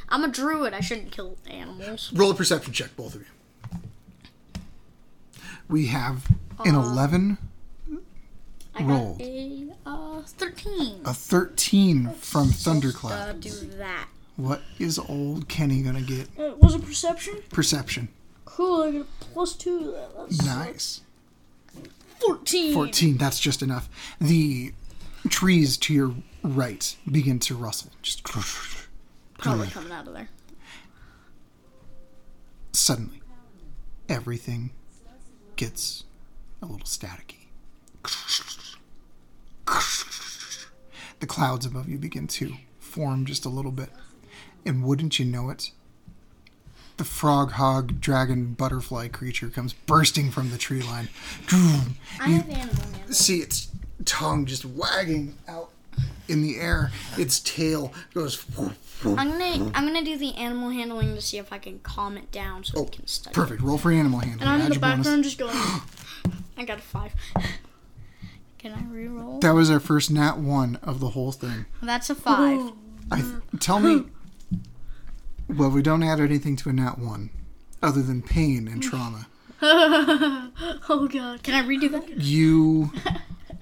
[SPEAKER 3] I'm a druid. I shouldn't kill animals.
[SPEAKER 1] Roll a perception check, both of you. We have an 11 rolled,
[SPEAKER 3] A uh, thirteen.
[SPEAKER 1] a 13 from Thunderclap.
[SPEAKER 3] Uh, do that.
[SPEAKER 1] What is old Kenny going to get?
[SPEAKER 4] Uh, was it perception?
[SPEAKER 1] Perception.
[SPEAKER 4] Cool, I get a plus two. to that. That's
[SPEAKER 1] Nice.
[SPEAKER 4] 14.
[SPEAKER 1] 14, that's just enough. The trees to your right begin to rustle. Just
[SPEAKER 3] Probably coming out of there.
[SPEAKER 1] suddenly, everything gets a little staticky. The clouds above you begin to form just a little bit. And wouldn't you know it? The frog, hog, dragon, butterfly creature comes bursting from the tree line.
[SPEAKER 8] I have animal man.
[SPEAKER 1] see its tongue just wagging out in the air. Its tail goes.
[SPEAKER 3] I'm gonna I'm gonna do the animal handling to see if I can calm it down so we can study.
[SPEAKER 1] Oh, Perfect. Roll for animal handling.
[SPEAKER 4] I'm in
[SPEAKER 1] Add
[SPEAKER 4] the
[SPEAKER 1] your bonus.
[SPEAKER 4] background just going,
[SPEAKER 3] I got a five. Can I re-roll?
[SPEAKER 1] That was our first nat one of the whole thing.
[SPEAKER 3] That's a five.
[SPEAKER 1] I tell me. Well, we don't add anything to a nat one, other than pain and trauma.
[SPEAKER 4] oh god.
[SPEAKER 3] Can I redo that?
[SPEAKER 1] You.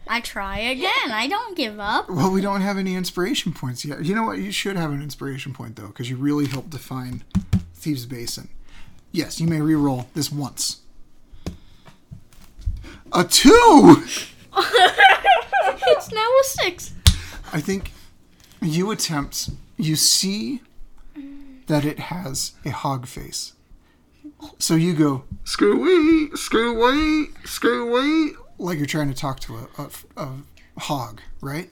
[SPEAKER 3] I try again. I don't give up.
[SPEAKER 1] Well, we don't have any inspiration points yet. You know what? You should have an inspiration point though, because you really helped define Thieves Basin. Yes, you may re-roll this once. A two.
[SPEAKER 3] it's now a six.
[SPEAKER 1] I think you attempt, you see that it has a hog face. So you go, screwy, screwy, screwy, like you're trying to talk to a, a, a hog, right?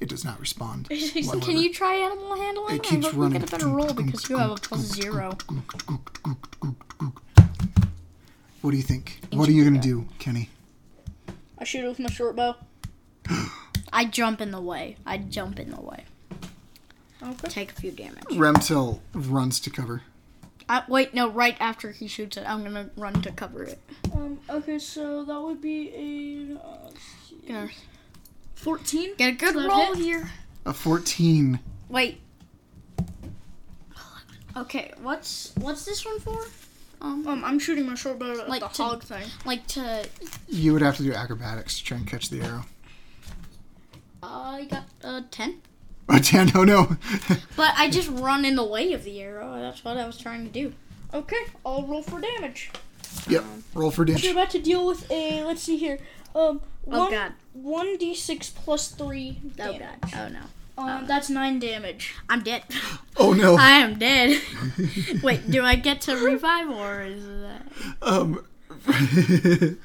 [SPEAKER 1] It does not respond.
[SPEAKER 3] Uh-huh. Can you try animal handling?
[SPEAKER 1] It keeps
[SPEAKER 3] I hope
[SPEAKER 1] running.
[SPEAKER 3] you get a better roll because you have a plus zero.
[SPEAKER 1] What do you think? What are you going to do, Kenny?
[SPEAKER 4] I shoot it with my short bow.
[SPEAKER 3] I jump in the way. I jump in the way.
[SPEAKER 4] Okay.
[SPEAKER 3] Take a few damage.
[SPEAKER 1] Remtil runs to cover.
[SPEAKER 3] I, wait, no. Right after he shoots it, I'm gonna run to cover it.
[SPEAKER 4] Um, okay, so that would be a uh,
[SPEAKER 3] Gonna
[SPEAKER 4] 14.
[SPEAKER 3] Get a good
[SPEAKER 4] Does that
[SPEAKER 3] roll
[SPEAKER 4] hit?
[SPEAKER 3] here.
[SPEAKER 1] A 14.
[SPEAKER 3] Wait. Okay, what's what's this one for?
[SPEAKER 4] Um, I'm shooting my short bow at
[SPEAKER 3] Like
[SPEAKER 4] the
[SPEAKER 3] to-
[SPEAKER 4] hog thing.
[SPEAKER 3] Like to
[SPEAKER 1] You would have to do acrobatics to try and catch the arrow.
[SPEAKER 3] I got a ten.
[SPEAKER 1] A 10. Oh no.
[SPEAKER 3] But I just run in the way of the arrow. That's what I was trying to do.
[SPEAKER 4] Okay, I'll roll for damage.
[SPEAKER 1] Yep. Roll for
[SPEAKER 4] You're
[SPEAKER 1] damage.
[SPEAKER 4] about to deal with a, let's see here, um,
[SPEAKER 3] Oh
[SPEAKER 4] one-
[SPEAKER 3] god.
[SPEAKER 4] 1d6 plus 3
[SPEAKER 3] Oh
[SPEAKER 4] damage.
[SPEAKER 3] god. Oh no.
[SPEAKER 4] Um, that's 9 damage.
[SPEAKER 3] I'm dead.
[SPEAKER 1] Oh no.
[SPEAKER 3] I am dead. Wait, do I get to revive or is that?
[SPEAKER 1] Um,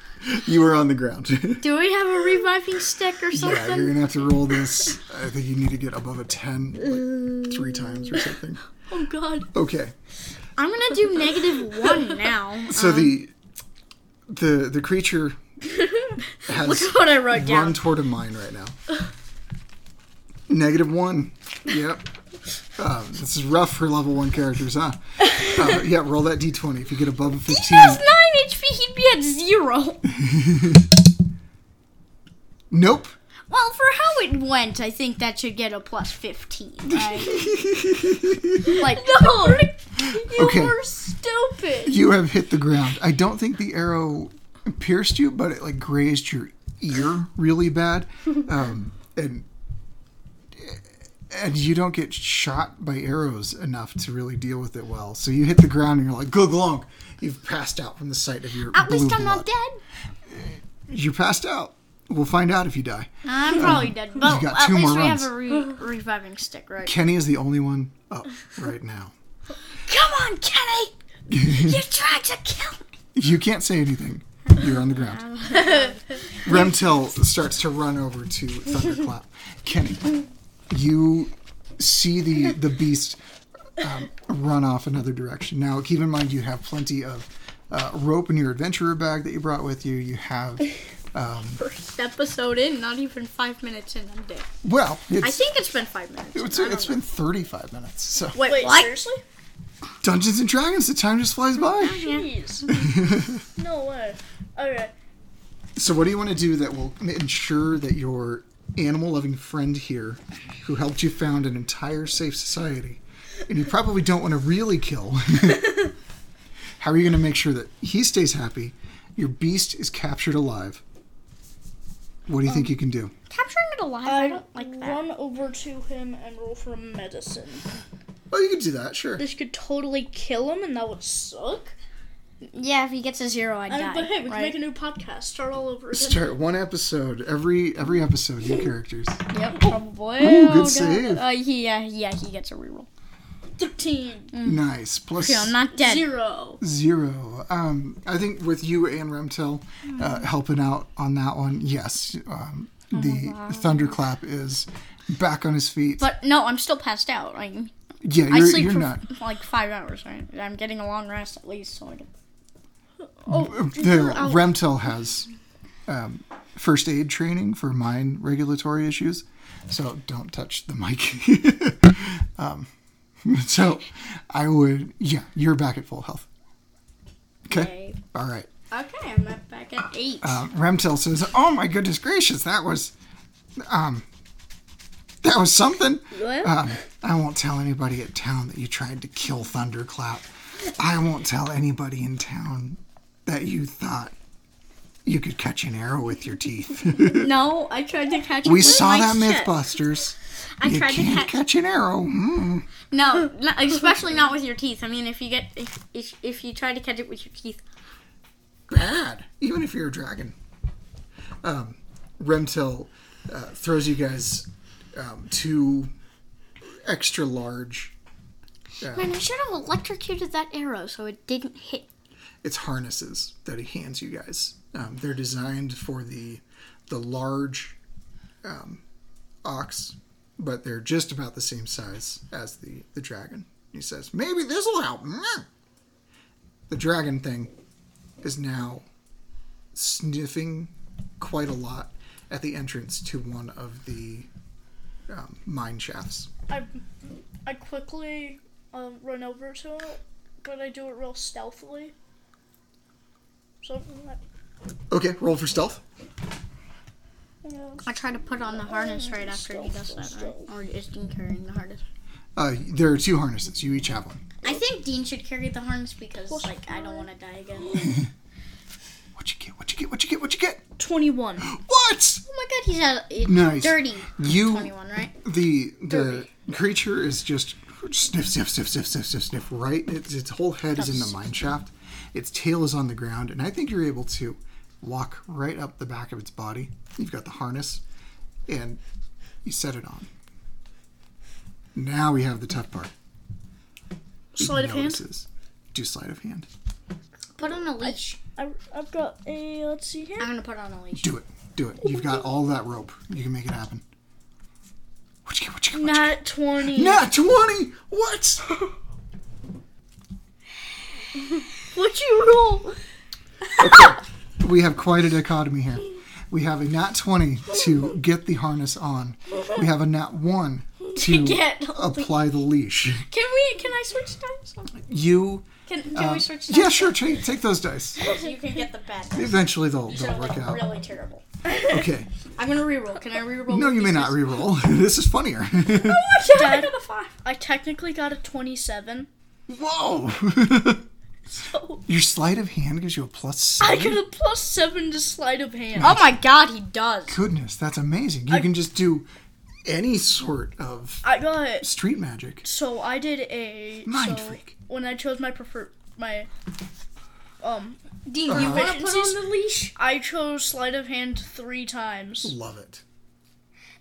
[SPEAKER 1] you were on the ground.
[SPEAKER 3] Do we have a reviving stick or
[SPEAKER 1] yeah,
[SPEAKER 3] something?
[SPEAKER 1] you're gonna have to roll this. I think you need to get above a 10 like,
[SPEAKER 3] Uh.
[SPEAKER 1] three times or something.
[SPEAKER 3] oh god.
[SPEAKER 1] Okay.
[SPEAKER 3] I'm gonna do negative one now.
[SPEAKER 1] So the the the creature
[SPEAKER 3] Look
[SPEAKER 1] has
[SPEAKER 3] at what I wrote
[SPEAKER 1] run
[SPEAKER 3] down.
[SPEAKER 1] toward a mine right now. Negative one. Yep. Um, this is rough for level one characters, huh? Uh, yeah, roll that d20. If you get above a 15,
[SPEAKER 3] That's nine HP. He'd be at zero.
[SPEAKER 1] nope.
[SPEAKER 3] Well, for how it went, I think that should get a plus 15, right? like, no!
[SPEAKER 1] You okay.
[SPEAKER 4] Stupid!
[SPEAKER 1] You have hit the ground. I don't think the arrow pierced you, but it like grazed your ear really bad, um, and and you don't get shot by arrows enough to really deal with it well. So you hit the ground and you're like, "Glug glug." You've passed out from the sight of your.
[SPEAKER 3] At
[SPEAKER 1] blue
[SPEAKER 3] least I'm not
[SPEAKER 1] blood.
[SPEAKER 3] dead.
[SPEAKER 1] You passed out. We'll find out if you die.
[SPEAKER 3] I'm probably dead, but
[SPEAKER 1] got
[SPEAKER 3] at
[SPEAKER 1] two
[SPEAKER 3] least
[SPEAKER 1] more
[SPEAKER 3] we
[SPEAKER 1] runs.
[SPEAKER 3] have a re- reviving stick, right?
[SPEAKER 1] Kenny is the only one up right now.
[SPEAKER 3] Come on, Kenny! You tried to kill me!
[SPEAKER 1] You can't say anything. You're on the ground. Remtil starts to run over to Thunderclap. Kenny, you see the the beast um, run off another direction. Now, keep in mind you have plenty of uh, rope in your adventurer bag that you brought with you. You have. Um,
[SPEAKER 3] First episode in, not even five minutes in, I'm dead.
[SPEAKER 1] well,
[SPEAKER 3] I
[SPEAKER 1] it's,
[SPEAKER 3] think it's been five minutes.
[SPEAKER 1] it's,
[SPEAKER 3] I don't
[SPEAKER 1] it's
[SPEAKER 3] know.
[SPEAKER 1] been 35 minutes. So
[SPEAKER 3] Wait,
[SPEAKER 4] Wait,
[SPEAKER 3] what?
[SPEAKER 4] seriously?
[SPEAKER 1] Dungeons and Dragons, the time just flies by.
[SPEAKER 4] Jeez. no way. Okay.
[SPEAKER 1] So, what do you want to do that will ensure that your animal loving friend here, who helped you found an entire safe society, and you probably don't want to really kill, how are you going to make sure that he stays happy, your beast is captured alive? What do you think you can do?
[SPEAKER 3] Capturing it alive, I,
[SPEAKER 4] I
[SPEAKER 3] don't like that.
[SPEAKER 4] run over to him and roll for medicine.
[SPEAKER 1] Well, you can do that, sure.
[SPEAKER 4] This could totally kill him, and that would suck.
[SPEAKER 3] Yeah, if he gets a zero, I
[SPEAKER 4] And-
[SPEAKER 3] die.
[SPEAKER 4] but hey, we can
[SPEAKER 3] right?
[SPEAKER 4] make a new podcast. Start all over again.
[SPEAKER 1] Start one episode every every episode. New characters.
[SPEAKER 3] Yep, probably.
[SPEAKER 1] Ooh, good
[SPEAKER 3] God.
[SPEAKER 1] save.
[SPEAKER 3] Uh, he- yeah, yeah, he gets a reroll.
[SPEAKER 4] 13.
[SPEAKER 1] Nice. Plus
[SPEAKER 3] Okay, I'm not dead.
[SPEAKER 4] Zero.
[SPEAKER 1] Zero. Um, I think with you and Remtel uh,
[SPEAKER 3] Hmm.
[SPEAKER 1] helping out on that one, yes, um,
[SPEAKER 3] Oh,
[SPEAKER 1] the thunderclap is back on his feet.
[SPEAKER 3] But no, I'm still passed out. Like,
[SPEAKER 1] yeah,
[SPEAKER 3] I
[SPEAKER 1] you're,
[SPEAKER 3] sleep
[SPEAKER 1] you're
[SPEAKER 3] for
[SPEAKER 1] not.
[SPEAKER 3] like five hours. Right? I'm getting a long rest at least, so I can. oh,
[SPEAKER 1] The Remtel Uh, has um, first aid training for mine regulatory issues, so don't touch the mic. um, so I would, yeah, you're back at full health. Okay. All right.
[SPEAKER 3] Okay, I'm at- back at eight.
[SPEAKER 1] Um, Remtel says, "Oh my goodness gracious, that was, um, that was something." Um, I won't tell anybody at town that you tried to kill Thunderclap. I won't tell anybody in town that you thought you could catch an arrow with your teeth.
[SPEAKER 3] no, I tried to catch. it
[SPEAKER 1] we
[SPEAKER 3] with
[SPEAKER 1] saw
[SPEAKER 3] my
[SPEAKER 1] that
[SPEAKER 3] chest.
[SPEAKER 1] MythBusters. you
[SPEAKER 3] tried to
[SPEAKER 1] can't
[SPEAKER 3] catch-
[SPEAKER 1] catch an arrow. Mm.
[SPEAKER 3] No, no, especially not with your teeth. I mean, if you get if, if, if you try to catch it with your teeth,
[SPEAKER 1] bad, even if you're a dragon. Um, Remtel uh, throws you guys um, two extra large.
[SPEAKER 3] man, I should have electrocuted that arrow so it didn't hit.
[SPEAKER 1] It's harnesses that he hands you guys. Um, they're designed for the the large um, ox, but they're just about the same size as the the dragon. He says, "Maybe this will help." Mwah. The dragon thing is now sniffing quite a lot at the entrance to one of the um, mine shafts.
[SPEAKER 4] I, I quickly um, run over to it, but I do it real stealthily. So,
[SPEAKER 1] Okay, roll for stealth.
[SPEAKER 3] I try to put on the harness right after he does that, right? Or is Dean carrying the harness?
[SPEAKER 1] Uh, there are two harnesses. You each have one.
[SPEAKER 3] I think Dean should carry the harness because like I don't want to die again.
[SPEAKER 1] What you get? What you get? What you get? What you get?
[SPEAKER 4] 21.
[SPEAKER 1] What?
[SPEAKER 3] Oh my god, he's at it's
[SPEAKER 1] Nice.
[SPEAKER 3] dirty.
[SPEAKER 1] You
[SPEAKER 3] 21, right?
[SPEAKER 1] the the creature is just sniff sniff sniff sniff sniff sniff sniff right its, its whole head is in the mine shaft its tail is on the ground and i think you're able to walk right up the back of its body you've got the harness and you set it on now we have the tough part
[SPEAKER 4] Sleight of hand.
[SPEAKER 1] Notices. do sleight of hand
[SPEAKER 3] Put on a leash.
[SPEAKER 4] I, I've got a, let's see here.
[SPEAKER 3] I'm gonna put on a leash.
[SPEAKER 1] do it do it you've got all that rope you can make it happen what you get what you get what you
[SPEAKER 4] Not 20.
[SPEAKER 1] get not 20 what
[SPEAKER 4] What'd you roll?
[SPEAKER 1] we have quite a dichotomy here. We have a nat 20 to get the harness on. We have a nat 1 to apply the leash.
[SPEAKER 3] Can we? Can I switch dice?
[SPEAKER 1] You,
[SPEAKER 3] Can, can
[SPEAKER 1] uh,
[SPEAKER 3] we switch dice?
[SPEAKER 1] yeah, sure, take, take those dice.
[SPEAKER 3] You can get the bad.
[SPEAKER 1] Eventually they'll, they'll
[SPEAKER 3] They're
[SPEAKER 1] work
[SPEAKER 3] like
[SPEAKER 1] out.
[SPEAKER 3] really terrible.
[SPEAKER 1] Okay.
[SPEAKER 3] I'm gonna reroll. Can I reroll?
[SPEAKER 1] No, you may not re-roll. this is funnier.
[SPEAKER 3] I
[SPEAKER 4] Dad,
[SPEAKER 3] got a five.
[SPEAKER 4] I technically got a 27.
[SPEAKER 1] Whoa!
[SPEAKER 4] So,
[SPEAKER 1] Your sleight of hand gives you a plus
[SPEAKER 4] I
[SPEAKER 1] seven.
[SPEAKER 4] get a plus 7 to sleight of hand.
[SPEAKER 3] Oh my god, he does.
[SPEAKER 1] Goodness, that's amazing. You can just do any sort of
[SPEAKER 4] I got,
[SPEAKER 1] street magic.
[SPEAKER 4] so I did a,
[SPEAKER 1] Mind
[SPEAKER 4] so
[SPEAKER 1] freak.
[SPEAKER 4] when I chose my prefer, my, um,
[SPEAKER 3] Dean,
[SPEAKER 1] Uh-huh.
[SPEAKER 3] you wanna put
[SPEAKER 4] Efficiencies?
[SPEAKER 3] on the leash?
[SPEAKER 4] I chose sleight of hand three times.
[SPEAKER 1] Love it.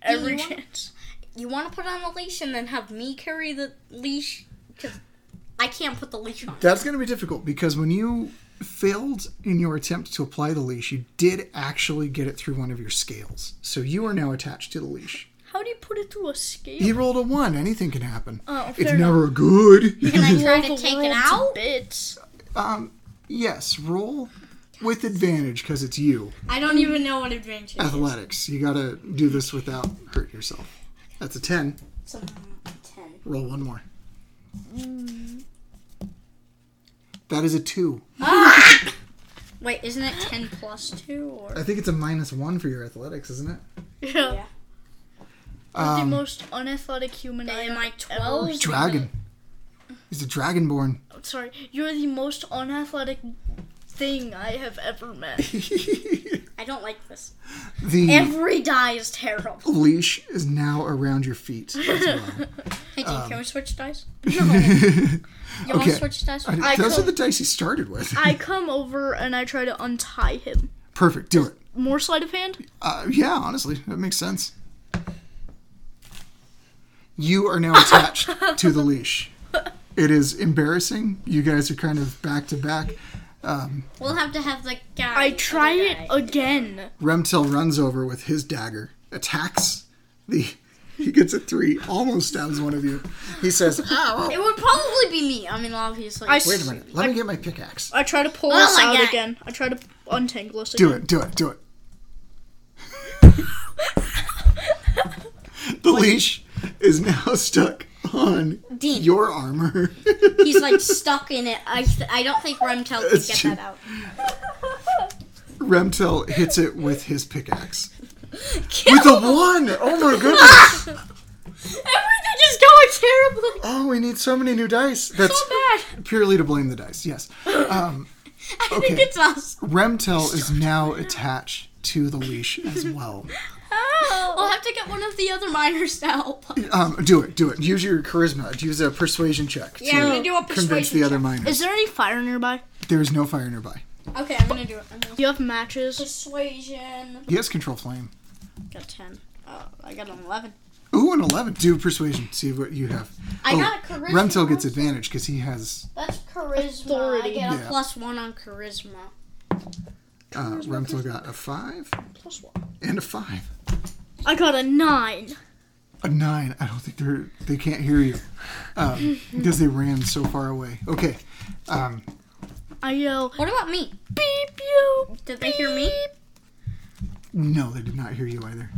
[SPEAKER 4] Every
[SPEAKER 3] you want-
[SPEAKER 4] chance.
[SPEAKER 3] You wanna put on the leash and then have me carry the leash? Cause I can't put the leash on.
[SPEAKER 1] That's going to be difficult because when you failed in your attempt to apply the leash, you did actually get it through one of your scales. So you are now attached to the leash.
[SPEAKER 4] How do you put it through a scale?
[SPEAKER 1] He rolled a one. Anything can happen.
[SPEAKER 4] Oh,
[SPEAKER 1] it's
[SPEAKER 4] fair enough.
[SPEAKER 1] never good.
[SPEAKER 5] Can I try
[SPEAKER 4] Roll
[SPEAKER 5] to
[SPEAKER 4] the
[SPEAKER 5] take
[SPEAKER 4] world
[SPEAKER 5] it
[SPEAKER 4] to
[SPEAKER 5] out?
[SPEAKER 4] Bits.
[SPEAKER 1] um, yes, roll with advantage because it's you.
[SPEAKER 5] I don't even know what adventure. is.
[SPEAKER 1] Athletics. You got to do this without hurt yourself. That's a 10.
[SPEAKER 5] So, ten.
[SPEAKER 1] Roll one more.
[SPEAKER 4] Mm.
[SPEAKER 1] That is a two.
[SPEAKER 2] Wait, isn't it 10 plus 2 or?
[SPEAKER 1] I think it's a minus one for your athletics, isn't it?
[SPEAKER 4] Yeah. the
[SPEAKER 1] Um,
[SPEAKER 4] most unathletic human I
[SPEAKER 2] Am
[SPEAKER 4] am.
[SPEAKER 2] I
[SPEAKER 3] Oh,
[SPEAKER 2] 12?
[SPEAKER 1] dragon. He's a dragonborn.
[SPEAKER 4] Sorry, you're the most unathletic thing I have ever met.
[SPEAKER 2] I don't like this.
[SPEAKER 1] the
[SPEAKER 2] Every die is terrible.
[SPEAKER 1] leash is now around your feet as well.
[SPEAKER 2] Hey, Dean, can we switch dice? You want to
[SPEAKER 1] Um, okay.
[SPEAKER 2] switch dice?
[SPEAKER 1] I-
[SPEAKER 4] I
[SPEAKER 1] Those are
[SPEAKER 4] could-
[SPEAKER 1] the dice he started with.
[SPEAKER 4] I come over and I try to untie him.
[SPEAKER 1] Perfect. Do it.
[SPEAKER 4] More sleight of hand?
[SPEAKER 1] Uh, yeah, honestly, that makes sense. You are now attached to the leash. It is embarrassing. You guys are kind of back to back. Um,
[SPEAKER 5] We'll have to have the guy.
[SPEAKER 4] I try
[SPEAKER 5] other
[SPEAKER 4] it
[SPEAKER 5] guy.
[SPEAKER 4] again.
[SPEAKER 1] Remtel runs over with his dagger, attacks the. He gets a three, almost stabs one of you. He says, "Ow!"
[SPEAKER 2] It would probably be me. I mean, obviously.
[SPEAKER 4] I, s-
[SPEAKER 1] Wait a minute. Let me get my pickaxe.
[SPEAKER 4] I try to pull us
[SPEAKER 2] my
[SPEAKER 4] out
[SPEAKER 2] God.
[SPEAKER 4] again. I try to untangle us
[SPEAKER 1] Do
[SPEAKER 4] again.
[SPEAKER 1] it. Do it. Do it. the leash is now stuck on
[SPEAKER 2] Dean.
[SPEAKER 1] your armor.
[SPEAKER 2] He's like stuck in it. I th- I don't think Remtel can
[SPEAKER 1] It's
[SPEAKER 2] get
[SPEAKER 1] true.
[SPEAKER 2] that out.
[SPEAKER 1] Remtel hits it with his pickaxe. With a one! Oh my goodness!
[SPEAKER 2] Everything is going terribly.
[SPEAKER 1] oh, we need so many new dice. That's purely to blame the dice, yes. Um, okay.
[SPEAKER 2] It's us.
[SPEAKER 1] Remtel is now attached to the leash as well.
[SPEAKER 2] We'll have to get one of the other miners to help.
[SPEAKER 1] Um, do it, do it. Use your charisma. Use a persuasion check to
[SPEAKER 2] I'm gonna do a
[SPEAKER 1] convince
[SPEAKER 2] persuasion
[SPEAKER 1] the other miner.
[SPEAKER 4] Is there any fire nearby?
[SPEAKER 1] There is no fire nearby.
[SPEAKER 2] Okay, I'm gonna do it. I'm gonna
[SPEAKER 4] Do you have matches?
[SPEAKER 5] Persuasion.
[SPEAKER 1] Yes, control flame.
[SPEAKER 2] got ten. Oh, I got an eleven.
[SPEAKER 1] Ooh, an 11. Do persuasion. See what you have. I
[SPEAKER 5] got charisma.
[SPEAKER 1] Remtel Oh, gets advantage because he has
[SPEAKER 5] That's charisma.
[SPEAKER 4] Authority.
[SPEAKER 5] I get a
[SPEAKER 1] Yeah.
[SPEAKER 5] plus one on charisma.
[SPEAKER 1] Uh, Remtel got a five
[SPEAKER 4] Plus one.
[SPEAKER 1] and a five.
[SPEAKER 4] I got a nine.
[SPEAKER 1] A nine. I don't think they're they can't hear you um, because they ran so far away. Okay. Um,
[SPEAKER 4] I yell,
[SPEAKER 2] What about me?
[SPEAKER 4] beep you.
[SPEAKER 2] Did they hear me?
[SPEAKER 1] no, they did not hear you either.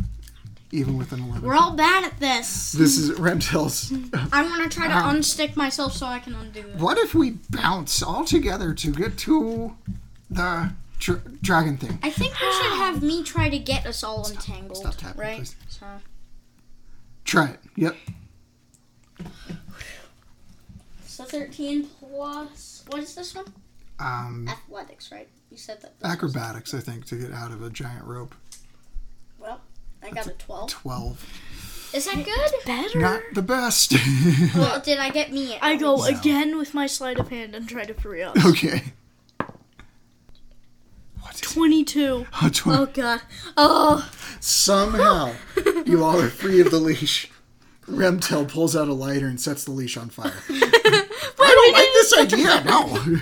[SPEAKER 1] Even with an eleven.
[SPEAKER 2] We're all bad at this.
[SPEAKER 1] This is Remtel's.
[SPEAKER 2] I want to try to
[SPEAKER 1] Ow.
[SPEAKER 2] unstick myself so I can undo it.
[SPEAKER 1] What if we bounce all together to get to the dra- dragon thing?
[SPEAKER 2] I think we should have me try to get us all entangled.
[SPEAKER 1] Stop tapping,
[SPEAKER 2] right?
[SPEAKER 1] please.
[SPEAKER 2] So.
[SPEAKER 1] Try it. Yep.
[SPEAKER 5] So thirteen plus. What is this one?
[SPEAKER 1] Um,
[SPEAKER 5] Athletics, right? You said that. this was-
[SPEAKER 1] acrobatics, I think, to get out of a giant rope.
[SPEAKER 5] Well, I got a twelve.
[SPEAKER 1] Twelve.
[SPEAKER 5] Is that good?
[SPEAKER 4] Better.
[SPEAKER 1] Not the best.
[SPEAKER 5] Well, did I get me? It?
[SPEAKER 2] E
[SPEAKER 4] I go again with my sleight of hand and try to free up.
[SPEAKER 1] okay. What is it?
[SPEAKER 4] 22.
[SPEAKER 1] A 20.
[SPEAKER 2] God. Oh.
[SPEAKER 1] Somehow, you all are free of the leash. Remtel pulls out a lighter and sets the leash on fire. I don't like this idea. No.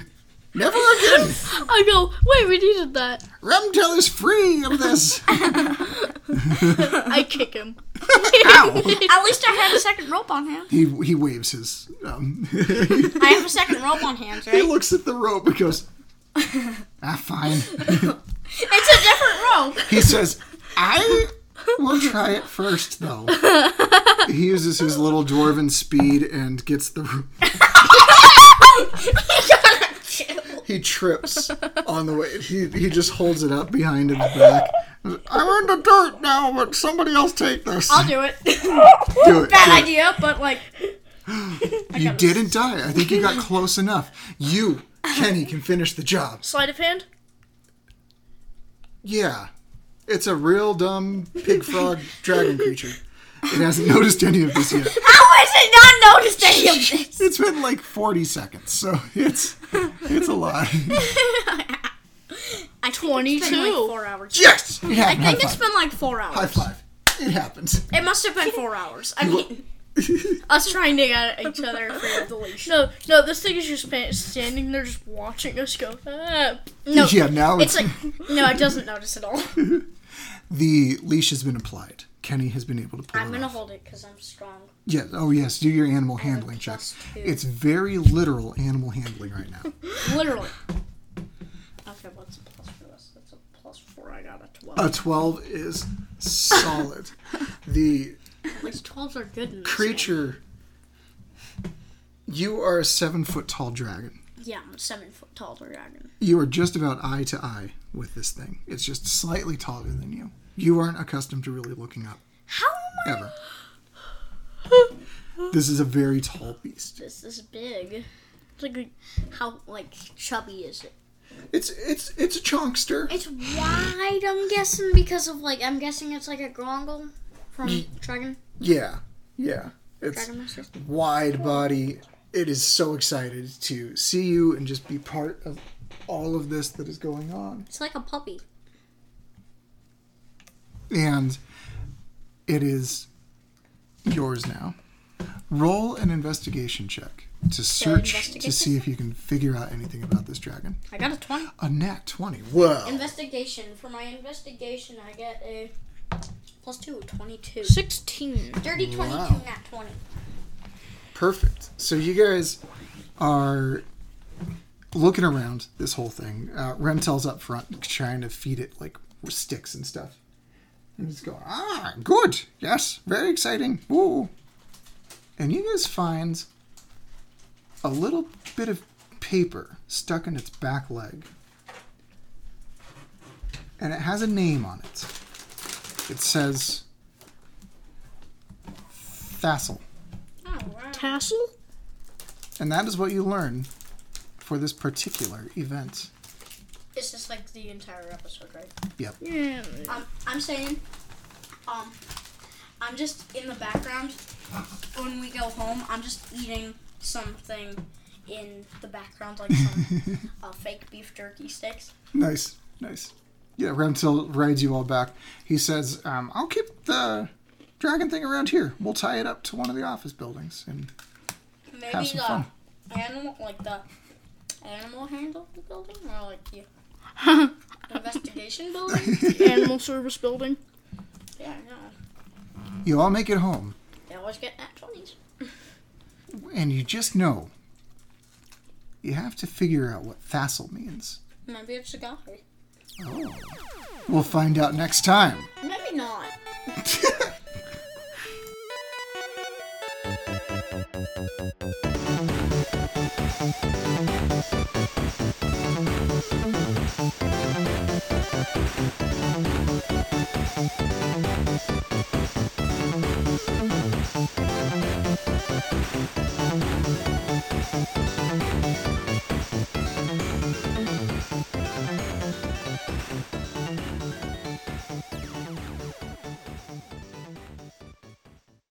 [SPEAKER 1] Never again.
[SPEAKER 4] I go, wait, we needed that.
[SPEAKER 1] Remtel is free of this.
[SPEAKER 4] I kick him.
[SPEAKER 1] Ow.
[SPEAKER 2] At least I have a second rope on hand.
[SPEAKER 1] He, he waves his. Um,
[SPEAKER 2] I have a second rope on hand,
[SPEAKER 1] he
[SPEAKER 2] right?
[SPEAKER 1] looks at the rope and goes, Ah, fine.
[SPEAKER 2] It's a different rope.
[SPEAKER 1] He says, I will try it first, though. He uses his little dwarven speed and gets the rope. he trips on the way. He, he just holds it up behind his back. I'm in the dirt now, but somebody else take this. I'll
[SPEAKER 4] Do it.
[SPEAKER 1] do it. do it.
[SPEAKER 4] idea, but like,
[SPEAKER 1] You didn't die. I think you got close enough. You, Kenny, can finish the job.
[SPEAKER 4] sleight of hand?
[SPEAKER 1] Yeah. It's a real dumb pig frog dragon creature. It hasn't noticed any of this yet.
[SPEAKER 2] How has it Oh, not noticed any of this?
[SPEAKER 1] It's been like 40 seconds, so it's it's a lot.
[SPEAKER 2] I 22.
[SPEAKER 4] like
[SPEAKER 2] four hours.
[SPEAKER 1] Yes! It happened.
[SPEAKER 2] I think
[SPEAKER 1] High
[SPEAKER 2] it's
[SPEAKER 1] five.
[SPEAKER 2] been like four
[SPEAKER 1] High
[SPEAKER 2] hours.
[SPEAKER 1] five. It happens.
[SPEAKER 2] It must have been four hours. I
[SPEAKER 1] You-
[SPEAKER 2] mean,
[SPEAKER 3] Us trying to get at each other for deletion. No, no, this thing is just pa- standing there, just watching us go. Ah. No,
[SPEAKER 1] yeah, now
[SPEAKER 3] it's like no, it doesn't notice at all.
[SPEAKER 1] the leash has been applied. Kenny has been able to pull
[SPEAKER 3] I'm
[SPEAKER 1] it
[SPEAKER 3] gonna
[SPEAKER 1] off.
[SPEAKER 3] hold it because I'm strong.
[SPEAKER 1] Yeah. Oh yes. Do your animal handling check.
[SPEAKER 3] plus two.
[SPEAKER 1] It's very literal animal handling right now.
[SPEAKER 3] Literally,
[SPEAKER 5] Okay, what's a plus for this? That's a plus four. I got a twelve.
[SPEAKER 1] A twelve is solid. the
[SPEAKER 5] At least twelves are good in this
[SPEAKER 1] creature. You are a seven foot tall dragon.
[SPEAKER 3] yeah, I'm a seven foot tall dragon.
[SPEAKER 1] You are just about eye to eye with this thing. It's just slightly taller than you. You aren't accustomed to really looking up. How am I? Ever. this is a very tall beast.
[SPEAKER 3] This is big. It's like how like chubby is it?
[SPEAKER 1] It's it's it's a chonkster.
[SPEAKER 3] It's wide. I'm guessing because of like I'm guessing it's like a grongle from Dragon
[SPEAKER 1] Yeah, yeah. It's
[SPEAKER 3] Dragon Masters.
[SPEAKER 1] wide body. It is so excited to see you and just be part of all of this that is going on.
[SPEAKER 3] It's like a puppy.
[SPEAKER 1] And it is yours now. Roll an investigation check to search to
[SPEAKER 3] investigation?
[SPEAKER 1] see if you can figure out anything about this dragon.
[SPEAKER 3] I got a twenty.
[SPEAKER 1] A nat 20. Whoa.
[SPEAKER 3] Investigation. For my investigation, I get a plus two, 22.
[SPEAKER 2] Sixteen.
[SPEAKER 3] Dirty 22,
[SPEAKER 1] Wow.
[SPEAKER 3] not 20.
[SPEAKER 1] Perfect. So you guys are looking around this whole thing. Uh, Rentel's up front trying to feed it like sticks and stuff. And it's going, ah, good. Yes, very exciting. Woo. And you guys find a little bit of paper stuck in its back leg. And it has a name on it. It says Thassel.
[SPEAKER 5] Oh,
[SPEAKER 2] Tassel.
[SPEAKER 1] And that is what you learn for this particular event.
[SPEAKER 3] It's just like the entire episode, right?
[SPEAKER 1] Yep.
[SPEAKER 2] Yeah.
[SPEAKER 3] Um, I'm saying, um, I'm just in the background. When we go home, I'm just eating something in the background, like some uh, fake beef jerky sticks.
[SPEAKER 1] Nice, nice. Yeah, Remtil rides you all back. He says, um, I'll keep the dragon thing around here. We'll tie it up to one of the office buildings and have
[SPEAKER 3] Maybe
[SPEAKER 1] some
[SPEAKER 3] the
[SPEAKER 1] fun.
[SPEAKER 3] animal, like the animal handle building, or like the investigation building.
[SPEAKER 2] Animal service building.
[SPEAKER 3] Yeah, I know.
[SPEAKER 1] You all make it home,
[SPEAKER 3] They always get nat 20s.
[SPEAKER 1] and you just know you have to figure out what Thassel means.
[SPEAKER 3] Maybe it's a guy.
[SPEAKER 1] Oh. We'll find out next time.
[SPEAKER 3] Maybe not.